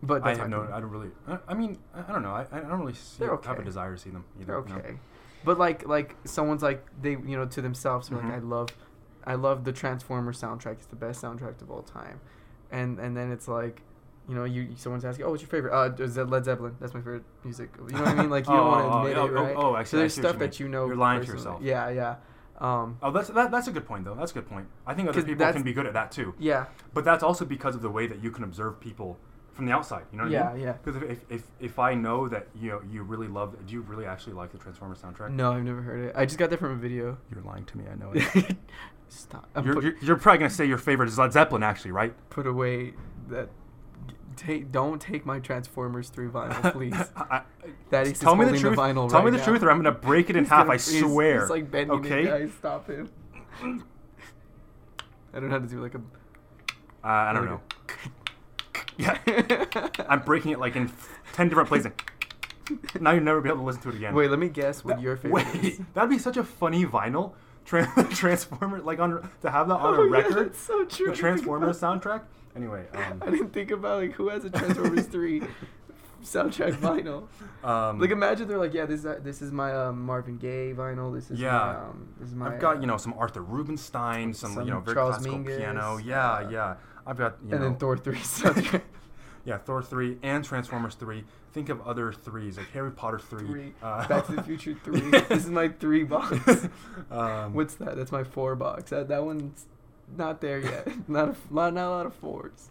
[SPEAKER 1] But
[SPEAKER 2] I
[SPEAKER 1] that's
[SPEAKER 2] have
[SPEAKER 1] my
[SPEAKER 2] no.
[SPEAKER 1] opinion.
[SPEAKER 2] I don't really. I, I mean, I, I don't know. I, I don't really see,
[SPEAKER 1] They're
[SPEAKER 2] have a
[SPEAKER 1] okay.
[SPEAKER 2] desire to see them. Either,
[SPEAKER 1] They're
[SPEAKER 2] you know?
[SPEAKER 1] okay. But like like someone's like they you know to themselves they're
[SPEAKER 2] Mhm.
[SPEAKER 1] like I love I love the Transformer soundtrack. It's the best soundtrack of all time. And and then it's like you know you someone's asking oh what's your favorite uh is that Led Zeppelin that's my favorite music you know what I mean like you don't
[SPEAKER 2] Oh, oh,
[SPEAKER 1] want to admit
[SPEAKER 2] oh,
[SPEAKER 1] it
[SPEAKER 2] oh,
[SPEAKER 1] right
[SPEAKER 2] oh, I see-
[SPEAKER 1] so
[SPEAKER 2] I
[SPEAKER 1] there's
[SPEAKER 2] see what you
[SPEAKER 1] stuff that
[SPEAKER 2] mean.
[SPEAKER 1] you know
[SPEAKER 2] You're lying to
[SPEAKER 1] personally. yeah
[SPEAKER 2] yourself.
[SPEAKER 1] yeah um
[SPEAKER 2] Oh, that's that, that's a good point though. That's a good point. I think other
[SPEAKER 1] 'Cause
[SPEAKER 2] people
[SPEAKER 1] that's-
[SPEAKER 2] can be good at that too.
[SPEAKER 1] yeah
[SPEAKER 2] But that's also because of the way that you can observe people from the outside. You know what I
[SPEAKER 1] yeah
[SPEAKER 2] mean?
[SPEAKER 1] yeah
[SPEAKER 2] Because if, if, if, if I know that you know, you really love, do you really actually like the Transformers soundtrack?
[SPEAKER 1] no I've never heard it I just got that from a video
[SPEAKER 2] You're lying to me. I know it.
[SPEAKER 1] stop I'm
[SPEAKER 2] you're,
[SPEAKER 1] put,
[SPEAKER 2] you're, you're probably gonna say your favorite is Led Zeppelin, actually, right?
[SPEAKER 1] put away that take don't take my Transformers three vinyl please.
[SPEAKER 2] I-
[SPEAKER 1] That is
[SPEAKER 2] tell me the
[SPEAKER 1] holding the
[SPEAKER 2] truth.
[SPEAKER 1] vinyl
[SPEAKER 2] tell
[SPEAKER 1] right
[SPEAKER 2] me the
[SPEAKER 1] now.
[SPEAKER 2] truth, or I'm gonna break it in
[SPEAKER 1] He's
[SPEAKER 2] half.
[SPEAKER 1] gonna-
[SPEAKER 2] I
[SPEAKER 1] he's-
[SPEAKER 2] swear.
[SPEAKER 1] He's like bending
[SPEAKER 2] okay.
[SPEAKER 1] it, guys. Stop him. I don't know how to do like a.
[SPEAKER 2] Uh, I don't know. Yeah, I'm breaking it like in ten different places. now you'll never be able to listen to it again.
[SPEAKER 1] Wait, let me guess what your favorite
[SPEAKER 2] Wait,
[SPEAKER 1] is.
[SPEAKER 2] that'd be such a funny vinyl tra- transformer, like on to have that on
[SPEAKER 1] Oh,
[SPEAKER 2] a
[SPEAKER 1] yeah,
[SPEAKER 2] record.
[SPEAKER 1] that's so true. I
[SPEAKER 2] The
[SPEAKER 1] didn't think
[SPEAKER 2] Transformers
[SPEAKER 1] about-
[SPEAKER 2] soundtrack. Anyway, um,
[SPEAKER 1] I didn't think about like who has a Transformers three soundtrack vinyl.
[SPEAKER 2] Um,
[SPEAKER 1] Like imagine they're like, yeah, this is, this is my um, Marvin Gaye vinyl. This is
[SPEAKER 2] Yeah.
[SPEAKER 1] my, um, this is my.
[SPEAKER 2] I've got you
[SPEAKER 1] uh,
[SPEAKER 2] know some Arthur Rubinstein, some,
[SPEAKER 1] some
[SPEAKER 2] you know very
[SPEAKER 1] Charles
[SPEAKER 2] classical
[SPEAKER 1] Mingus,
[SPEAKER 2] piano. Yeah,
[SPEAKER 1] uh,
[SPEAKER 2] yeah. I've got you
[SPEAKER 1] and
[SPEAKER 2] know,
[SPEAKER 1] then Thor three soundtrack.
[SPEAKER 2] Yeah, Thor three and Transformers three. Think of other threes like Harry Potter three,
[SPEAKER 1] Three.
[SPEAKER 2] Uh,
[SPEAKER 1] Back to the Future three. This is my three box.
[SPEAKER 2] um,
[SPEAKER 1] What's that? That's my four box. That, that one's not there yet. not a lot, not a lot of fours.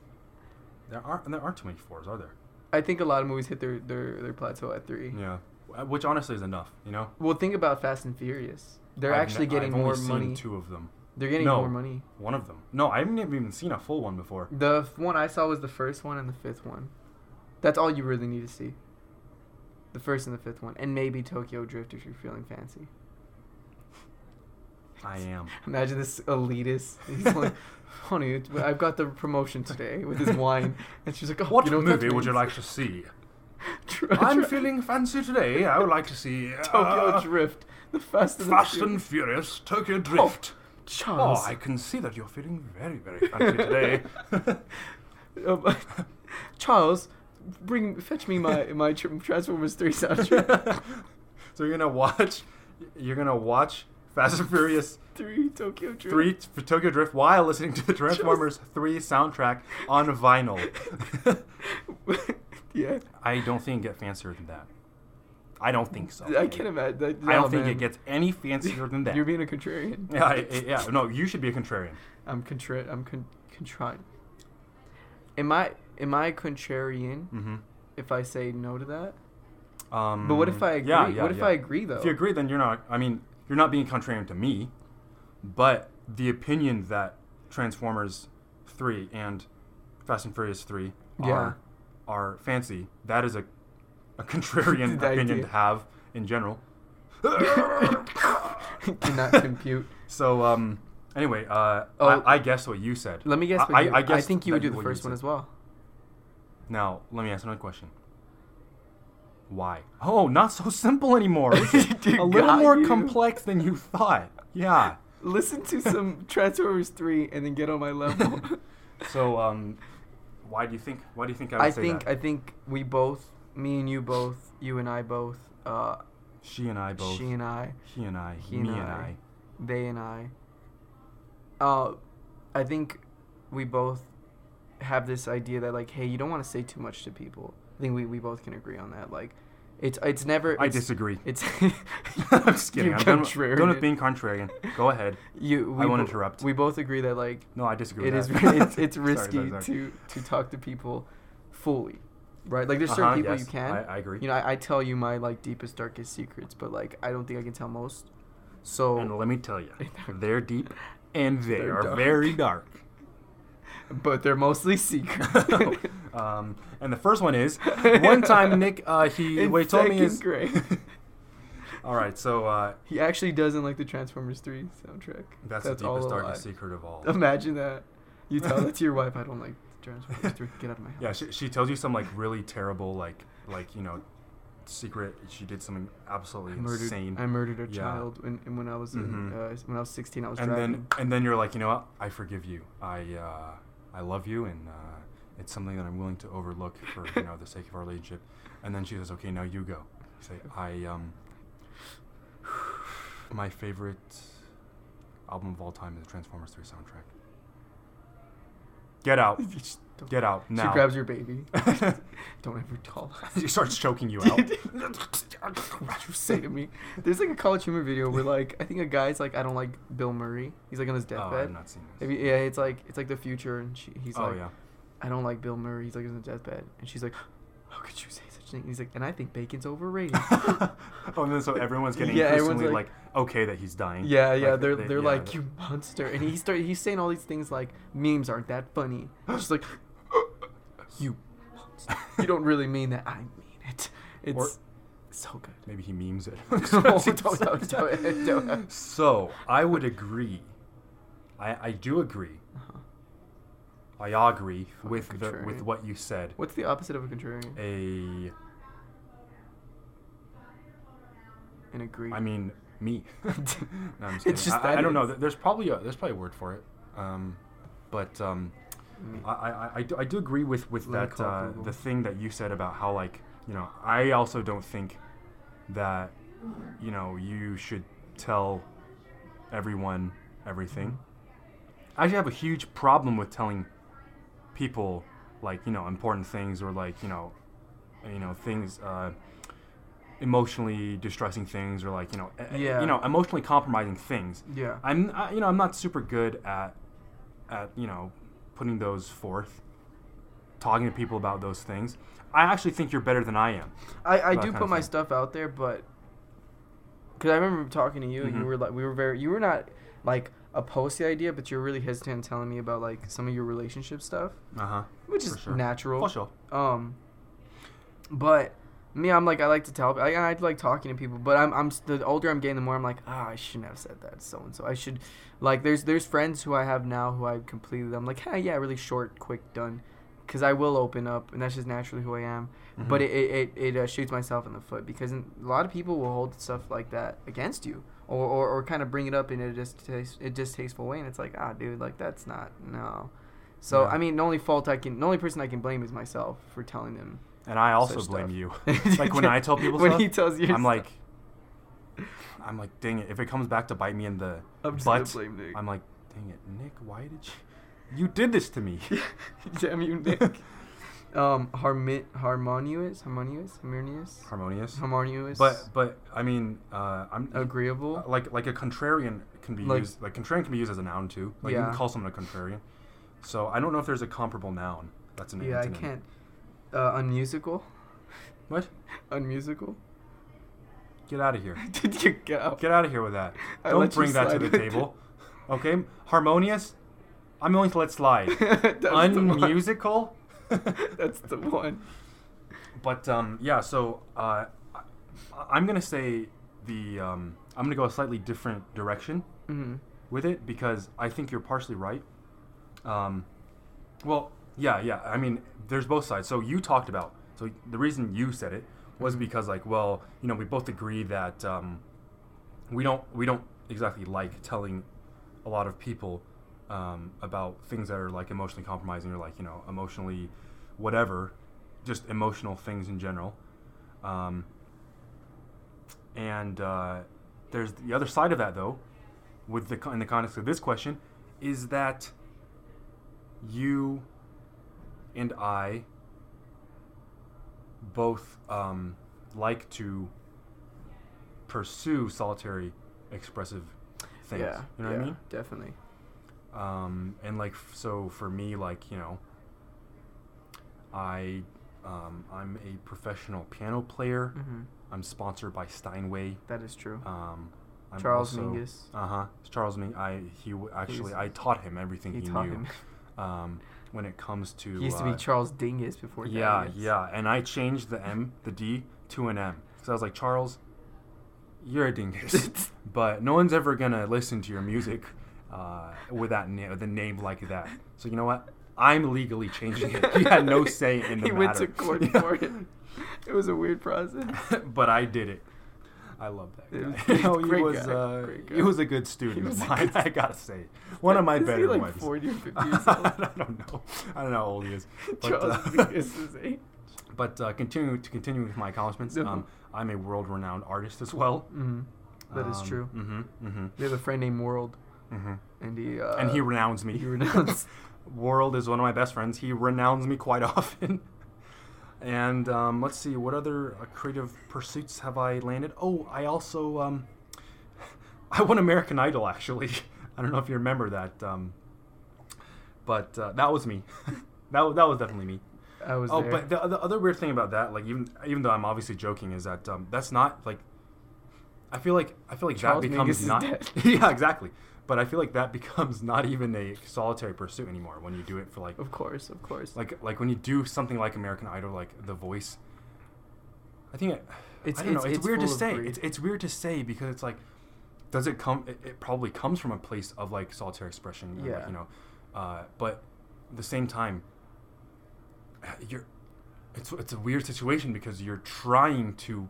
[SPEAKER 2] there aren't there aren't too many fours, are there?
[SPEAKER 1] I think a lot of movies hit their their, their plateau at three.
[SPEAKER 2] Yeah, Uh, which honestly is enough. You know,
[SPEAKER 1] Well, think about Fast and Furious. They're
[SPEAKER 2] I've
[SPEAKER 1] actually
[SPEAKER 2] ne-
[SPEAKER 1] getting
[SPEAKER 2] I've only
[SPEAKER 1] more
[SPEAKER 2] seen
[SPEAKER 1] money.
[SPEAKER 2] Two of them,
[SPEAKER 1] They're getting
[SPEAKER 2] No.
[SPEAKER 1] more money.
[SPEAKER 2] one of them. No, I haven't even seen a full one before.
[SPEAKER 1] The f- one I saw was the first one and the fifth one. That's all you really need to see. The first and the fifth one, and maybe Tokyo Drift if you're feeling fancy.
[SPEAKER 2] I am.
[SPEAKER 1] Imagine this elitist. He's like, "Honey, it's- I've got the promotion today with his wine," and she's like, "Oh,
[SPEAKER 2] what
[SPEAKER 1] you know that
[SPEAKER 2] movie would you
[SPEAKER 1] means?"
[SPEAKER 2] like to see?
[SPEAKER 1] Dr-
[SPEAKER 2] I'm
[SPEAKER 1] dr-
[SPEAKER 2] feeling fancy today. I would like to see uh,
[SPEAKER 1] Tokyo Drift, the Fast and the
[SPEAKER 2] Fast
[SPEAKER 1] Furious.
[SPEAKER 2] and Furious Tokyo Drift.
[SPEAKER 1] Oh, Charles.
[SPEAKER 2] oh I can see that you're feeling very, very fancy today.
[SPEAKER 1] Um, Charles, bring fetch me my my Tr- Transformers three soundtrack.
[SPEAKER 2] so you're gonna watch, you're gonna watch Fast and Furious
[SPEAKER 1] three Tokyo Drift.
[SPEAKER 2] Three for Tokyo Drift while listening to the Transformers Three soundtrack on vinyl.
[SPEAKER 1] yeah,
[SPEAKER 2] I don't think it get fancier than that. I don't think so.
[SPEAKER 1] I can imagine. That,
[SPEAKER 2] I don't
[SPEAKER 1] oh,
[SPEAKER 2] think
[SPEAKER 1] man.
[SPEAKER 2] it gets any fancier than that.
[SPEAKER 1] You're being a contrarian.
[SPEAKER 2] yeah, I- I- yeah. No, you should be a contrarian.
[SPEAKER 1] I'm contrit. I'm con- contrite. Am I am I contrarian
[SPEAKER 2] Mm-hmm.
[SPEAKER 1] if I say no to that?
[SPEAKER 2] Um,
[SPEAKER 1] But what if I agree?
[SPEAKER 2] yeah, yeah,
[SPEAKER 1] what if
[SPEAKER 2] yeah.
[SPEAKER 1] I agree though?
[SPEAKER 2] If you agree, then you're not. I mean, you're not being contrarian to me, but the opinion that Transformers Three and Fast and Furious Three
[SPEAKER 1] Yeah.
[SPEAKER 2] are are fancy. That is a a contrarian
[SPEAKER 1] That
[SPEAKER 2] opinion
[SPEAKER 1] idea.
[SPEAKER 2] to have in general.
[SPEAKER 1] Cannot compute.
[SPEAKER 2] So um. Anyway, uh,
[SPEAKER 1] Oh.
[SPEAKER 2] I, I guess what you said.
[SPEAKER 1] Let me guess.
[SPEAKER 2] I,
[SPEAKER 1] what you,
[SPEAKER 2] I, I guess
[SPEAKER 1] think you would do the
[SPEAKER 2] what
[SPEAKER 1] first one
[SPEAKER 2] said.
[SPEAKER 1] as well.
[SPEAKER 2] Now, let me ask another question. Why? Oh, not so simple anymore. This is
[SPEAKER 1] Dude,
[SPEAKER 2] a little
[SPEAKER 1] got
[SPEAKER 2] more
[SPEAKER 1] you.
[SPEAKER 2] complex than you thought. Yeah.
[SPEAKER 1] Listen to some Transformers three and then get on my level.
[SPEAKER 2] So, um, why do you think? Why do you think I would
[SPEAKER 1] I
[SPEAKER 2] say
[SPEAKER 1] think
[SPEAKER 2] that?
[SPEAKER 1] I think we both, me and you both, you and I both, uh,
[SPEAKER 2] she and I both.
[SPEAKER 1] she and I,
[SPEAKER 2] he and I.
[SPEAKER 1] he
[SPEAKER 2] me
[SPEAKER 1] and
[SPEAKER 2] and I.
[SPEAKER 1] I. they and I. Uh, I think we both have this idea that like, hey, you don't want to say too much to people. I think we, we both can agree on that. Like, it's it's never.
[SPEAKER 2] I
[SPEAKER 1] it's-
[SPEAKER 2] disagree.
[SPEAKER 1] It's.
[SPEAKER 2] I'm just kidding.
[SPEAKER 1] You
[SPEAKER 2] I'm done, with-
[SPEAKER 1] contrarian.
[SPEAKER 2] done with being contrarian. Go ahead.
[SPEAKER 1] You. We
[SPEAKER 2] won't
[SPEAKER 1] bo-
[SPEAKER 2] interrupt.
[SPEAKER 1] We both agree that like
[SPEAKER 2] No, I disagree.
[SPEAKER 1] it
[SPEAKER 2] with
[SPEAKER 1] is
[SPEAKER 2] that.
[SPEAKER 1] it's, it's
[SPEAKER 2] Sorry,
[SPEAKER 1] risky
[SPEAKER 2] sorry, sorry.
[SPEAKER 1] to to talk to people fully, right? Like there's certain
[SPEAKER 2] Uh-huh,
[SPEAKER 1] people
[SPEAKER 2] yes,
[SPEAKER 1] you can.
[SPEAKER 2] I, I agree.
[SPEAKER 1] you know, I, I tell you my like deepest, darkest secrets, but like I don't think I can tell most. So
[SPEAKER 2] and let me tell you, they're deep, and they
[SPEAKER 1] They're
[SPEAKER 2] are
[SPEAKER 1] dark.
[SPEAKER 2] very dark.
[SPEAKER 1] but they're mostly secret.
[SPEAKER 2] um, and the first one is one time Nick uh, he
[SPEAKER 1] In
[SPEAKER 2] wait told me
[SPEAKER 1] second
[SPEAKER 2] his
[SPEAKER 1] grade.
[SPEAKER 2] All right, so uh,
[SPEAKER 1] He actually doesn't like the Transformers 3 soundtrack.
[SPEAKER 2] that's, the
[SPEAKER 1] all
[SPEAKER 2] deepest,
[SPEAKER 1] a
[SPEAKER 2] darkest
[SPEAKER 1] lie.
[SPEAKER 2] secret of all.
[SPEAKER 1] Imagine that. You tell that to your wife, I don't like the Transformers 3. Get out of my house.
[SPEAKER 2] Yeah, she, she tells you some like really terrible like like you know secret. She did something absolutely
[SPEAKER 1] I murdered,
[SPEAKER 2] Oh, insane.
[SPEAKER 1] I murdered a
[SPEAKER 2] Yeah.
[SPEAKER 1] child when, and when I was in,
[SPEAKER 2] Mhm.
[SPEAKER 1] uh, when I was 16. I was
[SPEAKER 2] and
[SPEAKER 1] driving.
[SPEAKER 2] then and then you're like, you know what? I forgive you. I uh, I love you, and uh, it's something that I'm willing to overlook for you know the sake of our relationship. And then she says, okay, now you go. You say, I um, my favorite album of all time is the Transformers 3 soundtrack. Get out.
[SPEAKER 1] You just don't-
[SPEAKER 2] Get out now.
[SPEAKER 1] She grabs your baby. don't ever tell us.
[SPEAKER 2] she starts choking you out.
[SPEAKER 1] What you say to me? There's like a college humor video where like I think a guy's like I don't like Bill Murray. He's like on his
[SPEAKER 2] Oh, I've
[SPEAKER 1] deathbed.
[SPEAKER 2] not seen this.
[SPEAKER 1] Have you- yeah, it's like it's like the future, and she, he's
[SPEAKER 2] oh
[SPEAKER 1] like
[SPEAKER 2] yeah.
[SPEAKER 1] I don't like Bill Murray. He's like on his deathbed, and she's like, how could you say such a thing? And he's like, and I think bacon's overrated.
[SPEAKER 2] oh, and then so everyone's getting
[SPEAKER 1] Yeah, everyone's
[SPEAKER 2] increasingly
[SPEAKER 1] like-
[SPEAKER 2] like, okay that he's dying.
[SPEAKER 1] Yeah,
[SPEAKER 2] Like,
[SPEAKER 1] yeah, they're
[SPEAKER 2] they-
[SPEAKER 1] they, are
[SPEAKER 2] yeah,
[SPEAKER 1] like
[SPEAKER 2] th-
[SPEAKER 1] you monster, and he start he's saying all these things like memes aren't that funny. And she's like, you, monster. you don't really mean that. I mean it. It's
[SPEAKER 2] Or-
[SPEAKER 1] so good.
[SPEAKER 2] Maybe he memes it.
[SPEAKER 1] No, Oh, don't- don't- don't- don't.
[SPEAKER 2] So I would agree. I I do agree.
[SPEAKER 1] Uh-huh.
[SPEAKER 2] I agree with the
[SPEAKER 1] contrarian.
[SPEAKER 2] with what you said.
[SPEAKER 1] What's the opposite of a contrarian?
[SPEAKER 2] A
[SPEAKER 1] An agree.
[SPEAKER 2] I mean me. no, I'm just
[SPEAKER 1] It's
[SPEAKER 2] kidding.
[SPEAKER 1] just
[SPEAKER 2] I, I
[SPEAKER 1] that
[SPEAKER 2] don't know.
[SPEAKER 1] is-
[SPEAKER 2] Th- There's probably a there's probably a word for it. Um, but um,
[SPEAKER 1] Me.
[SPEAKER 2] I, I, I- I, do, I do agree with with
[SPEAKER 1] Let me
[SPEAKER 2] that
[SPEAKER 1] call
[SPEAKER 2] uh,
[SPEAKER 1] Google.
[SPEAKER 2] the thing that you said about how like you know I also don't think that you know you should tell everyone everything. I actually have a huge problem with telling people like you know important things or like you know you know things uh, emotionally distressing things or like you know e- e-
[SPEAKER 1] Yeah.
[SPEAKER 2] you know emotionally compromising things.
[SPEAKER 1] yeah.
[SPEAKER 2] I'm I, you know I'm not super good at at you know putting those forth, talking to people about those things. I actually think you're better than I am.
[SPEAKER 1] I, I
[SPEAKER 2] that
[SPEAKER 1] do
[SPEAKER 2] kind
[SPEAKER 1] put
[SPEAKER 2] of
[SPEAKER 1] my
[SPEAKER 2] thing.
[SPEAKER 1] stuff out there, but because I remember talking to you, and you
[SPEAKER 2] Mhm.
[SPEAKER 1] were like, we were very, you were not like opposed to the idea, but you're really hesitant in telling me about like some of your relationship stuff,
[SPEAKER 2] Uh huh.
[SPEAKER 1] which
[SPEAKER 2] For
[SPEAKER 1] is
[SPEAKER 2] sure.
[SPEAKER 1] natural.
[SPEAKER 2] For sure.
[SPEAKER 1] Um, but me, I'm like, I like to tell, I, I like talking to people, but I'm, I'm, s- the older I'm getting, the more I'm like, ah, I shouldn't have said that, so and so. I should, like, there's, there's friends who I have now who I completely, I'm like, hey, yeah, really short, quick, done, because I will open up, and that's just naturally who I am.
[SPEAKER 2] Mm-hmm.
[SPEAKER 1] But it, it, it, it uh, shoots myself in the foot because in, a lot of people will hold stuff like that against you. Or, or, or kind of bring it up in a distaste, a distasteful way, and it's like, ah, dude, like that's not no. So
[SPEAKER 2] Yeah.
[SPEAKER 1] I mean, the only fault I can, the only person I can blame is myself for telling them.
[SPEAKER 2] And I also
[SPEAKER 1] Such
[SPEAKER 2] blame you.
[SPEAKER 1] stuff.
[SPEAKER 2] like when I tell people
[SPEAKER 1] when
[SPEAKER 2] stuff,
[SPEAKER 1] he tells you,
[SPEAKER 2] I'm
[SPEAKER 1] stuff,
[SPEAKER 2] like, I'm like, dang it! If it comes back to bite me in the
[SPEAKER 1] I'm just
[SPEAKER 2] butt,
[SPEAKER 1] gonna blame Nick.
[SPEAKER 2] I'm like, dang it, Nick, why did you? You did this to me.
[SPEAKER 1] damn you, Nick. um, harmi- harmonious, harmonious, harmonious,
[SPEAKER 2] Harmonious.
[SPEAKER 1] harmonious,
[SPEAKER 2] But but I mean, uh, I'm
[SPEAKER 1] agreeable.
[SPEAKER 2] Uh, like like a contrarian can be
[SPEAKER 1] Like-
[SPEAKER 2] used like contrarian can be used as a noun too. Like you
[SPEAKER 1] Yeah.
[SPEAKER 2] can call someone a contrarian. So I don't know if there's a comparable noun. That's an
[SPEAKER 1] yeah, I
[SPEAKER 2] antonym.
[SPEAKER 1] can't. Uh, unmusical,
[SPEAKER 2] What?
[SPEAKER 1] unmusical.
[SPEAKER 2] Get out of here.
[SPEAKER 1] Did you go?
[SPEAKER 2] Get out of here with that.
[SPEAKER 1] I let
[SPEAKER 2] don't
[SPEAKER 1] you
[SPEAKER 2] bring that to
[SPEAKER 1] slide
[SPEAKER 2] the
[SPEAKER 1] with
[SPEAKER 2] table. Okay, harmonious. I'm going to let slide.
[SPEAKER 1] That's the one.
[SPEAKER 2] Unmusical.
[SPEAKER 1] That's the one.
[SPEAKER 2] But um, yeah, so uh, I, I'm gonna say the um, I'm gonna go a slightly different direction.
[SPEAKER 1] Mm.
[SPEAKER 2] with it because I think you're partially right. Um, well, yeah, yeah. I mean, there's both sides. So you talked about. So the reason you said it was because, like, well, you know, we both agree that um, we don't we don't exactly like telling a lot of people um, about things that are like emotionally compromising or like you know emotionally whatever, just emotional things in general. Um, and uh, there's the other side of that though, with the in the context of this question, is that you and I both um, like to pursue solitary expressive things.
[SPEAKER 1] Yeah.
[SPEAKER 2] you know
[SPEAKER 1] yeah,
[SPEAKER 2] what I mean?
[SPEAKER 1] Definitely.
[SPEAKER 2] um, and like f- so for me like you know i um, i'm a professional piano player
[SPEAKER 1] Mm-hmm.
[SPEAKER 2] i'm sponsored by steinway
[SPEAKER 1] That is true.
[SPEAKER 2] um, I'm
[SPEAKER 1] Charles
[SPEAKER 2] also,
[SPEAKER 1] Mingus.
[SPEAKER 2] uh-huh charles Ming, i he w- actually i taught him everything
[SPEAKER 1] He
[SPEAKER 2] he,
[SPEAKER 1] taught
[SPEAKER 2] knew
[SPEAKER 1] him.
[SPEAKER 2] um, when it comes to
[SPEAKER 1] he used to
[SPEAKER 2] uh,
[SPEAKER 1] be Charles Dingus before.
[SPEAKER 2] yeah
[SPEAKER 1] Dingus.
[SPEAKER 2] yeah and i changed the m the d to an m so i was like charles you're a dingus. but no one's ever gonna listen to your music uh, with that na- with a name like that. So you know what? I'm legally changing it. You had no say in the
[SPEAKER 1] he
[SPEAKER 2] matter.
[SPEAKER 1] went to court
[SPEAKER 2] Yeah.
[SPEAKER 1] for it. It was a weird process.
[SPEAKER 2] but I did it. I love that
[SPEAKER 1] It was-
[SPEAKER 2] guy.
[SPEAKER 1] he's a
[SPEAKER 2] No, he
[SPEAKER 1] great
[SPEAKER 2] was
[SPEAKER 1] guy.
[SPEAKER 2] uh,
[SPEAKER 1] Great guy.
[SPEAKER 2] he was a good student
[SPEAKER 1] was
[SPEAKER 2] of
[SPEAKER 1] a
[SPEAKER 2] mine.
[SPEAKER 1] good-
[SPEAKER 2] I gotta say, one of my
[SPEAKER 1] Is he,
[SPEAKER 2] better
[SPEAKER 1] like,
[SPEAKER 2] ones.
[SPEAKER 1] 40 or 50 years old?
[SPEAKER 2] I don't know. I don't know how old he is. But,
[SPEAKER 1] Charles
[SPEAKER 2] uh,
[SPEAKER 1] Mingus is a
[SPEAKER 2] but uh, continue to continue with my accomplishments.
[SPEAKER 1] Uh-huh.
[SPEAKER 2] Um, I'm a world-renowned artist as well.
[SPEAKER 1] Mhm. That is true.
[SPEAKER 2] hmm hmm
[SPEAKER 1] They have a friend named World,
[SPEAKER 2] hmm
[SPEAKER 1] and he uh,
[SPEAKER 2] and he renowns me.
[SPEAKER 1] he renounced.
[SPEAKER 2] World is one of my best friends. He renowns me quite often. and um, let's see, what other uh, creative pursuits have I landed? Oh, I also um, I won American Idol actually. I don't know if you remember that, um, but uh, that was me. that wa- that was definitely me.
[SPEAKER 1] I was
[SPEAKER 2] Oh,
[SPEAKER 1] there.
[SPEAKER 2] but the, the other weird thing about that, like even even though I'm obviously joking, is that um, that's not like I feel like I feel like
[SPEAKER 1] Charles
[SPEAKER 2] that becomes
[SPEAKER 1] Mingus is
[SPEAKER 2] not
[SPEAKER 1] dead.
[SPEAKER 2] yeah exactly. But I feel like that becomes not even a solitary pursuit anymore when you do it for like
[SPEAKER 1] of course, of course.
[SPEAKER 2] like like when you do something like American Idol, like The Voice. I think it,
[SPEAKER 1] It's-
[SPEAKER 2] it's I don't
[SPEAKER 1] it's-
[SPEAKER 2] know. It's,
[SPEAKER 1] it's
[SPEAKER 2] weird to
[SPEAKER 1] full of
[SPEAKER 2] say.
[SPEAKER 1] greed.
[SPEAKER 2] It's, it's weird to say because it's like, does it come? It, it probably comes from a place of like solitary expression. and,
[SPEAKER 1] Yeah.
[SPEAKER 2] Like, you know, uh, but at the same time, you're. It's it's a weird situation because you're trying to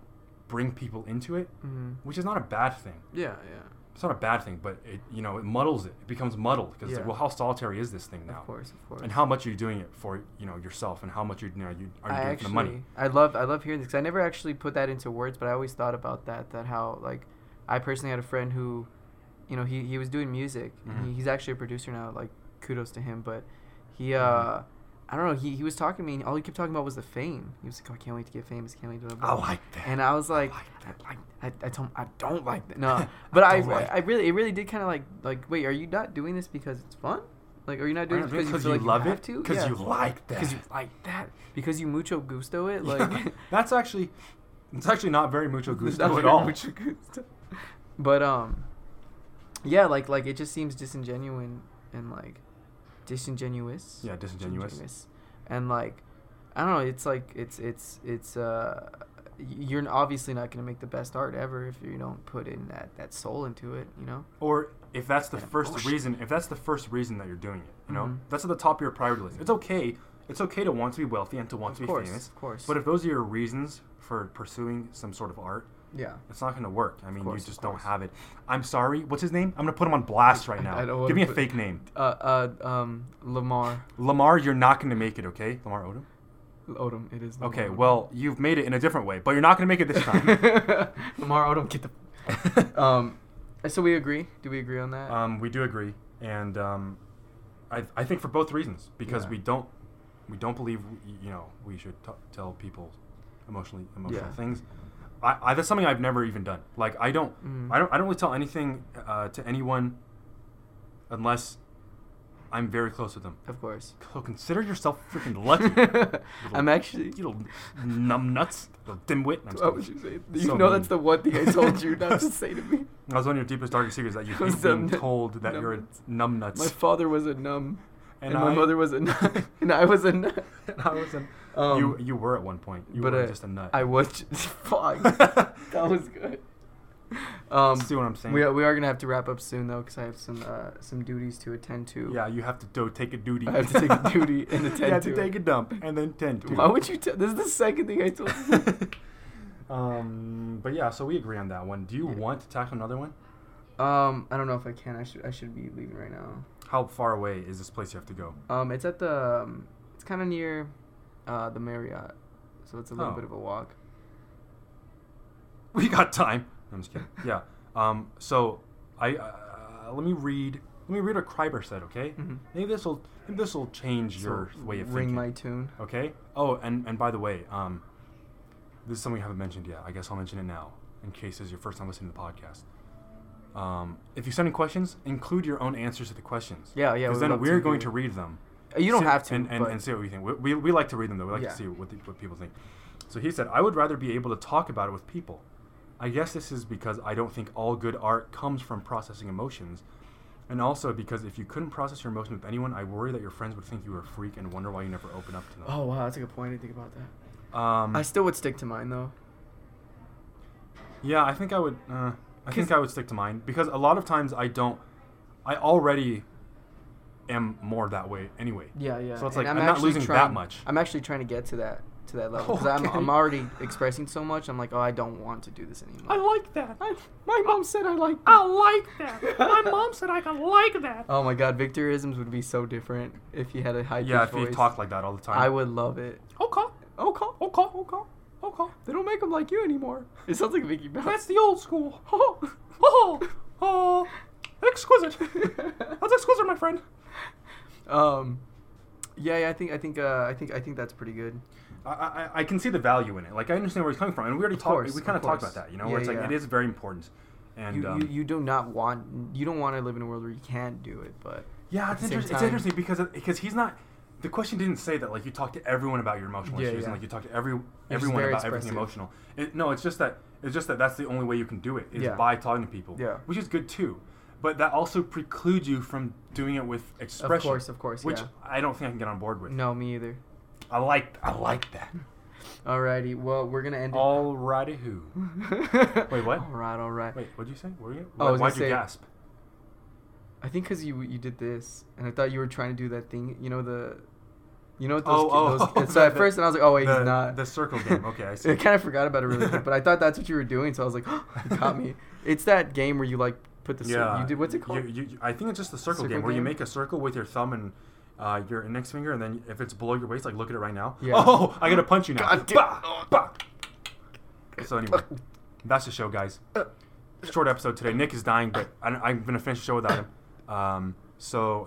[SPEAKER 2] bring people into it,
[SPEAKER 1] Mhm.
[SPEAKER 2] which is not a bad thing.
[SPEAKER 1] Yeah, yeah.
[SPEAKER 2] It's not a bad thing, but it you know it muddles it. It becomes muddled because
[SPEAKER 1] Yeah.
[SPEAKER 2] it's like, well, how solitary is this thing now?
[SPEAKER 1] Of course, of course.
[SPEAKER 2] and how much are you doing it for you know yourself and how much you, you know you are you doing it for the money
[SPEAKER 1] I love I love hearing this 'cause I never actually put that into words, but I always thought about that that how like I personally had a friend who, you know, he he was doing music.
[SPEAKER 2] Mhm.
[SPEAKER 1] He, he's actually a producer now. Like kudos to him, but he
[SPEAKER 2] Mhm.
[SPEAKER 1] uh. I don't know. He, he was talking to me, and all he kept talking about was the fame. He was like, "Oh, I can't wait to get famous. Can't wait to." blah, blah, blah."
[SPEAKER 2] like that
[SPEAKER 1] And I was like,
[SPEAKER 2] I
[SPEAKER 1] I, I, I told him I don't like that. No, but I, I,
[SPEAKER 2] don't like
[SPEAKER 1] really, it really did kind of like, like, wait, are you not doing this because it's fun? Like, are you not doing this because you,
[SPEAKER 2] because
[SPEAKER 1] feel
[SPEAKER 2] you,
[SPEAKER 1] like
[SPEAKER 2] love
[SPEAKER 1] have
[SPEAKER 2] it
[SPEAKER 1] to?
[SPEAKER 2] because
[SPEAKER 1] Yeah.
[SPEAKER 2] you like that
[SPEAKER 1] because you like that because you mucho gusto it like
[SPEAKER 2] Yeah. that's actually it's actually not very mucho gusto
[SPEAKER 1] That's
[SPEAKER 2] at
[SPEAKER 1] your
[SPEAKER 2] all
[SPEAKER 1] mucho gusto. But um, yeah, like like it just seems disingenuine and like disingenuous.
[SPEAKER 2] yeah disingenuous
[SPEAKER 1] And like, I don't know. It's like it's it's it's uh, y- you're obviously not gonna make the best art ever if you don't put in that that soul into it. You know.
[SPEAKER 2] or if that's the
[SPEAKER 1] And
[SPEAKER 2] first
[SPEAKER 1] emotion.
[SPEAKER 2] reason if that's the first reason that you're doing it you know
[SPEAKER 1] Mhm.
[SPEAKER 2] that's at the top of your priority list it's okay it's okay to want to be wealthy and to want
[SPEAKER 1] of
[SPEAKER 2] to be
[SPEAKER 1] course,
[SPEAKER 2] famous
[SPEAKER 1] of course.
[SPEAKER 2] but if those are your reasons for pursuing some sort of art
[SPEAKER 1] yeah.
[SPEAKER 2] It's not going to work. I mean,
[SPEAKER 1] course, of
[SPEAKER 2] you just don't
[SPEAKER 1] course.
[SPEAKER 2] have it. I'm sorry. What's his name? I'm going to put him on blast right
[SPEAKER 1] I-
[SPEAKER 2] now.
[SPEAKER 1] I don't wanna
[SPEAKER 2] Give me a
[SPEAKER 1] put-
[SPEAKER 2] fake name.
[SPEAKER 1] Uh uh um Lamar
[SPEAKER 2] Lamar, you're not going to make it, okay? Lamar Odom?
[SPEAKER 1] Odom. It is. Lamar
[SPEAKER 2] Okay,
[SPEAKER 1] Odom.
[SPEAKER 2] well, you've made it in a different way, but you're not going to make it this time.
[SPEAKER 1] Lamar Odom, get the. Um, so we agree. Do we agree on that?
[SPEAKER 2] um, we do agree. And um, I, I think for both reasons, because
[SPEAKER 1] Yeah.
[SPEAKER 2] we don't we don't believe, y- you know, we should t- tell people emotionally emotional
[SPEAKER 1] Yeah.
[SPEAKER 2] things. I, I, that's something I've never even done. Like I don't,
[SPEAKER 1] Mm.
[SPEAKER 2] I don't, I don't really tell anything uh, to anyone unless I'm very close with them.
[SPEAKER 1] of course.
[SPEAKER 2] So Oh, consider yourself freaking lucky. Little-
[SPEAKER 1] I'm actually.
[SPEAKER 2] you little numb nuts, little dimwit. I'm just
[SPEAKER 1] What
[SPEAKER 2] kidding.
[SPEAKER 1] would you say? You
[SPEAKER 2] So
[SPEAKER 1] know that's
[SPEAKER 2] mean.
[SPEAKER 1] the one thing I told you not to say to me.
[SPEAKER 2] That was one of your deepest, darkest secrets that you
[SPEAKER 1] I was
[SPEAKER 2] keep being
[SPEAKER 1] dumb-
[SPEAKER 2] told that
[SPEAKER 1] numb
[SPEAKER 2] you're a
[SPEAKER 1] nuts.
[SPEAKER 2] numb nuts.
[SPEAKER 1] My father was a numb, and,
[SPEAKER 2] And
[SPEAKER 1] my
[SPEAKER 2] I-
[SPEAKER 1] mother was a nut, and I was a nut.
[SPEAKER 2] And I was a,
[SPEAKER 1] Um,
[SPEAKER 2] you, you were at one point. You
[SPEAKER 1] but
[SPEAKER 2] were
[SPEAKER 1] I-
[SPEAKER 2] just a nut.
[SPEAKER 1] I was. Fuck. that was good. Um,
[SPEAKER 2] See what I'm saying?
[SPEAKER 1] We are, we are gonna have to wrap up soon though, because I have some uh, some duties to attend to.
[SPEAKER 2] yeah, you have to do, take a duty.
[SPEAKER 1] I have to take a duty and
[SPEAKER 2] You
[SPEAKER 1] attend
[SPEAKER 2] have
[SPEAKER 1] to
[SPEAKER 2] to take
[SPEAKER 1] it.
[SPEAKER 2] a dump and then tend to.
[SPEAKER 1] Why
[SPEAKER 2] it.
[SPEAKER 1] would you tell? This is the second thing I told you.
[SPEAKER 2] um, but yeah, so we agree on that one. Do you
[SPEAKER 1] Yeah.
[SPEAKER 2] want to tackle another one?
[SPEAKER 1] um, I don't know if I can. I should I should be leaving right now.
[SPEAKER 2] How far away is this place you have to go?
[SPEAKER 1] Um, it's at the um, it's kind of near, uh, the Marriott, so it's a little
[SPEAKER 2] Oh.
[SPEAKER 1] bit of a walk.
[SPEAKER 2] We got time. I'm just kidding. Yeah. Um, so I uh, let me read. Let me read what Kreiber said. Okay.
[SPEAKER 1] Mhm.
[SPEAKER 2] Maybe this will. Maybe this will change your
[SPEAKER 1] So
[SPEAKER 2] way of
[SPEAKER 1] ring
[SPEAKER 2] thinking.
[SPEAKER 1] my tune.
[SPEAKER 2] okay. Oh, and and by the way, um, this is something we haven't mentioned yet. I guess I'll mention it now in case this is your first time listening to the podcast. Um, if you send in questions, include your own answers to the questions.
[SPEAKER 1] Yeah, yeah,
[SPEAKER 2] Because
[SPEAKER 1] we'd
[SPEAKER 2] then
[SPEAKER 1] love to
[SPEAKER 2] we're going
[SPEAKER 1] hear.
[SPEAKER 2] to read them.
[SPEAKER 1] Uh, You don't
[SPEAKER 2] See-
[SPEAKER 1] have to,
[SPEAKER 2] And, and,
[SPEAKER 1] but-
[SPEAKER 2] and see what we think. We, we, we like to read them, though. We like
[SPEAKER 1] Yeah.
[SPEAKER 2] to see what, the, what people think. So he said, I would rather be able to talk about it with people. I guess this is because I don't think all good art comes from processing emotions. And also because if you couldn't process your emotions with anyone, I worry that your friends would think you were a freak and wonder why you never open up to them. Hmm.
[SPEAKER 1] Oh wow, that's a good point. I didn't think about that.
[SPEAKER 2] Um,
[SPEAKER 1] I still would stick to mine though.
[SPEAKER 2] Yeah, I think I would. Uh, I
[SPEAKER 1] 'Cause-
[SPEAKER 2] think I would stick to mine because a lot of times I don't. I already am more that way anyway.
[SPEAKER 1] Yeah, yeah.
[SPEAKER 2] So it's
[SPEAKER 1] and
[SPEAKER 2] like I'm, not
[SPEAKER 1] actually
[SPEAKER 2] losing
[SPEAKER 1] trying-
[SPEAKER 2] that much.
[SPEAKER 1] I'm actually trying to get to that to that level because I'm,
[SPEAKER 2] Okay.
[SPEAKER 1] I'm already expressing so much. I'm like, oh, I don't want to do this anymore.
[SPEAKER 2] like that.
[SPEAKER 1] I- my mom said I like.
[SPEAKER 2] like that.
[SPEAKER 1] My mom
[SPEAKER 2] said I can like that.
[SPEAKER 1] Oh my God, Victorisms would be so different if he had a high pitched
[SPEAKER 2] Yeah, if
[SPEAKER 1] voice.
[SPEAKER 2] you talk like that all the time.
[SPEAKER 1] I would love it.
[SPEAKER 2] Okay.
[SPEAKER 1] Okay,
[SPEAKER 2] Okay. Okay. Okay.
[SPEAKER 1] they don't make them like you anymore. It sounds like Mickey Mouse.
[SPEAKER 2] the old school.
[SPEAKER 1] oh,
[SPEAKER 2] Oh. Oh. Exquisite. exquisite, my friend.
[SPEAKER 1] um, yeah, yeah, I think, I think, uh, I think, I think that's pretty good.
[SPEAKER 2] I, I, I can see the value in it. Like I understand where he's coming from, and we already
[SPEAKER 1] Of
[SPEAKER 2] talked.
[SPEAKER 1] course,
[SPEAKER 2] We
[SPEAKER 1] of
[SPEAKER 2] kind of talked
[SPEAKER 1] course.
[SPEAKER 2] about that. You know,
[SPEAKER 1] Yeah,
[SPEAKER 2] where it's like
[SPEAKER 1] yeah.
[SPEAKER 2] it is very important. And
[SPEAKER 1] you,
[SPEAKER 2] um,
[SPEAKER 1] you, you do not want, you don't want to live in a world where you can't do it, but
[SPEAKER 2] yeah,
[SPEAKER 1] at
[SPEAKER 2] it's
[SPEAKER 1] the same
[SPEAKER 2] interesting. It's
[SPEAKER 1] time-
[SPEAKER 2] interesting because it- because he's not. The question didn't say that like you talk to everyone about your emotional
[SPEAKER 1] Yeah,
[SPEAKER 2] issues
[SPEAKER 1] yeah.
[SPEAKER 2] and like you talk to every
[SPEAKER 1] just
[SPEAKER 2] everyone
[SPEAKER 1] very
[SPEAKER 2] about everything
[SPEAKER 1] expressive.
[SPEAKER 2] emotional. It, no, it's just that it's just that that's the only way you can do it is
[SPEAKER 1] Yeah.
[SPEAKER 2] by talking to people.
[SPEAKER 1] Yeah.
[SPEAKER 2] which is good too, but that also precludes you from doing it with expression.
[SPEAKER 1] of course, of course,
[SPEAKER 2] which
[SPEAKER 1] yeah.
[SPEAKER 2] I don't think I can get on board with.
[SPEAKER 1] No, me either.
[SPEAKER 2] I like I like that.
[SPEAKER 1] Alrighty, well, we're gonna end it.
[SPEAKER 2] Alrighty, who? Wait, what?
[SPEAKER 1] All right, all right.
[SPEAKER 2] Wait, what'd you say? What Were you?
[SPEAKER 1] Oh, I was
[SPEAKER 2] why'd
[SPEAKER 1] gonna
[SPEAKER 2] you
[SPEAKER 1] say-
[SPEAKER 2] gasp?
[SPEAKER 1] I think because you you did this, and I thought you were trying to do that thing. You know the, you know what those.
[SPEAKER 2] Oh, oh,
[SPEAKER 1] those
[SPEAKER 2] oh,
[SPEAKER 1] and so
[SPEAKER 2] the-
[SPEAKER 1] at first, and I was like, oh wait,
[SPEAKER 2] the-
[SPEAKER 1] he's not.
[SPEAKER 2] the circle game. Okay, I see.
[SPEAKER 1] I kind of forgot about it really quick, but I thought that's what you were doing, so I was like, you caught me. It's that game where you like put the cir- you did what's it called?
[SPEAKER 2] You, you, you- I think it's just the circle,
[SPEAKER 1] Circle
[SPEAKER 2] game, where you
[SPEAKER 1] game?
[SPEAKER 2] make a circle with your thumb and uh, your index finger, and then if it's below your waist, like look at it right now.
[SPEAKER 1] Yeah.
[SPEAKER 2] Oh, I gotta punch you now.
[SPEAKER 1] God damn-
[SPEAKER 2] Bah, bah. So anyway, that's the show, guys. Short episode today. Nick is dying, but I, I'm gonna finish the show without him. Um, so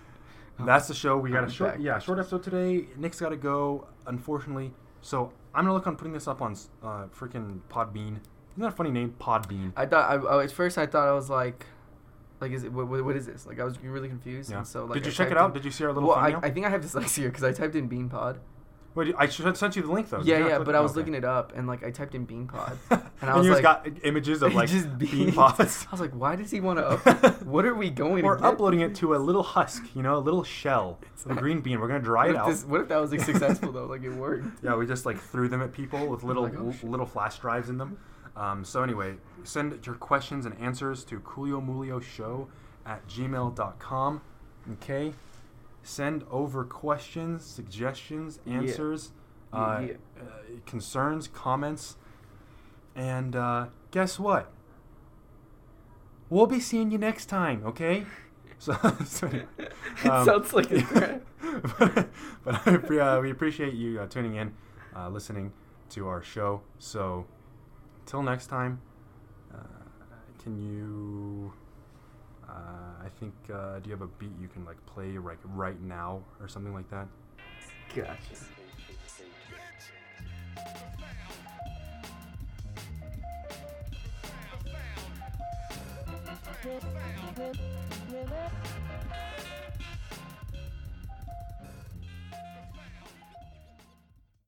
[SPEAKER 2] that's the show. We
[SPEAKER 1] I'm
[SPEAKER 2] got a short,
[SPEAKER 1] back.
[SPEAKER 2] yeah, short episode today. Nick's gotta go, unfortunately. So I'm gonna look on putting this up on s- uh, freaking Podbean. Isn't that a funny name, Podbean?
[SPEAKER 1] I thought I, I- at first I thought I was like, like is it what, what what is this? Like I was really confused,
[SPEAKER 2] Yeah.
[SPEAKER 1] and so like
[SPEAKER 2] Did
[SPEAKER 1] I
[SPEAKER 2] you check it
[SPEAKER 1] typed in-
[SPEAKER 2] out? Did you see our little
[SPEAKER 1] well, I,
[SPEAKER 2] thumbnail?
[SPEAKER 1] I think I have dyslexia because I typed in Beanpod.
[SPEAKER 2] Wait, I should have sent you the link though.
[SPEAKER 1] yeah, yeah, but I was looking it up and like I typed in Beanpod,
[SPEAKER 2] and,
[SPEAKER 1] and I was
[SPEAKER 2] you
[SPEAKER 1] like,
[SPEAKER 2] just got i- images of like
[SPEAKER 1] just
[SPEAKER 2] bean
[SPEAKER 1] beans.
[SPEAKER 2] pods.
[SPEAKER 1] I was like, why does he want to up? what are we going?
[SPEAKER 2] We're
[SPEAKER 1] to get?
[SPEAKER 2] uploading it to a little husk, you know, a little shell, a green bean. We're gonna dry
[SPEAKER 1] What
[SPEAKER 2] it
[SPEAKER 1] if,
[SPEAKER 2] out.
[SPEAKER 1] this, what if that was like, successful though? Like it worked.
[SPEAKER 2] Yeah, we just like threw them at people with little
[SPEAKER 1] Like, oh,
[SPEAKER 2] l-
[SPEAKER 1] shit.
[SPEAKER 2] little flash drives in them. Um, so anyway, send your questions and answers to cooliomulioShow at gmail.com. Okay. Send over questions, suggestions,
[SPEAKER 1] Yeah.
[SPEAKER 2] answers,
[SPEAKER 1] Yeah,
[SPEAKER 2] uh,
[SPEAKER 1] yeah.
[SPEAKER 2] Uh, concerns, comments. And uh, guess what? We'll be seeing you next time, okay? So, so anyway,
[SPEAKER 1] It sounds like a threat.
[SPEAKER 2] but, but I, appre- uh, we appreciate you uh, tuning in, uh, listening to our show. So, till next time, uh, can you? Uh, I think. Uh, do you have a beat you can like play like right now or something like that?
[SPEAKER 1] Gotcha.
[SPEAKER 3] Found.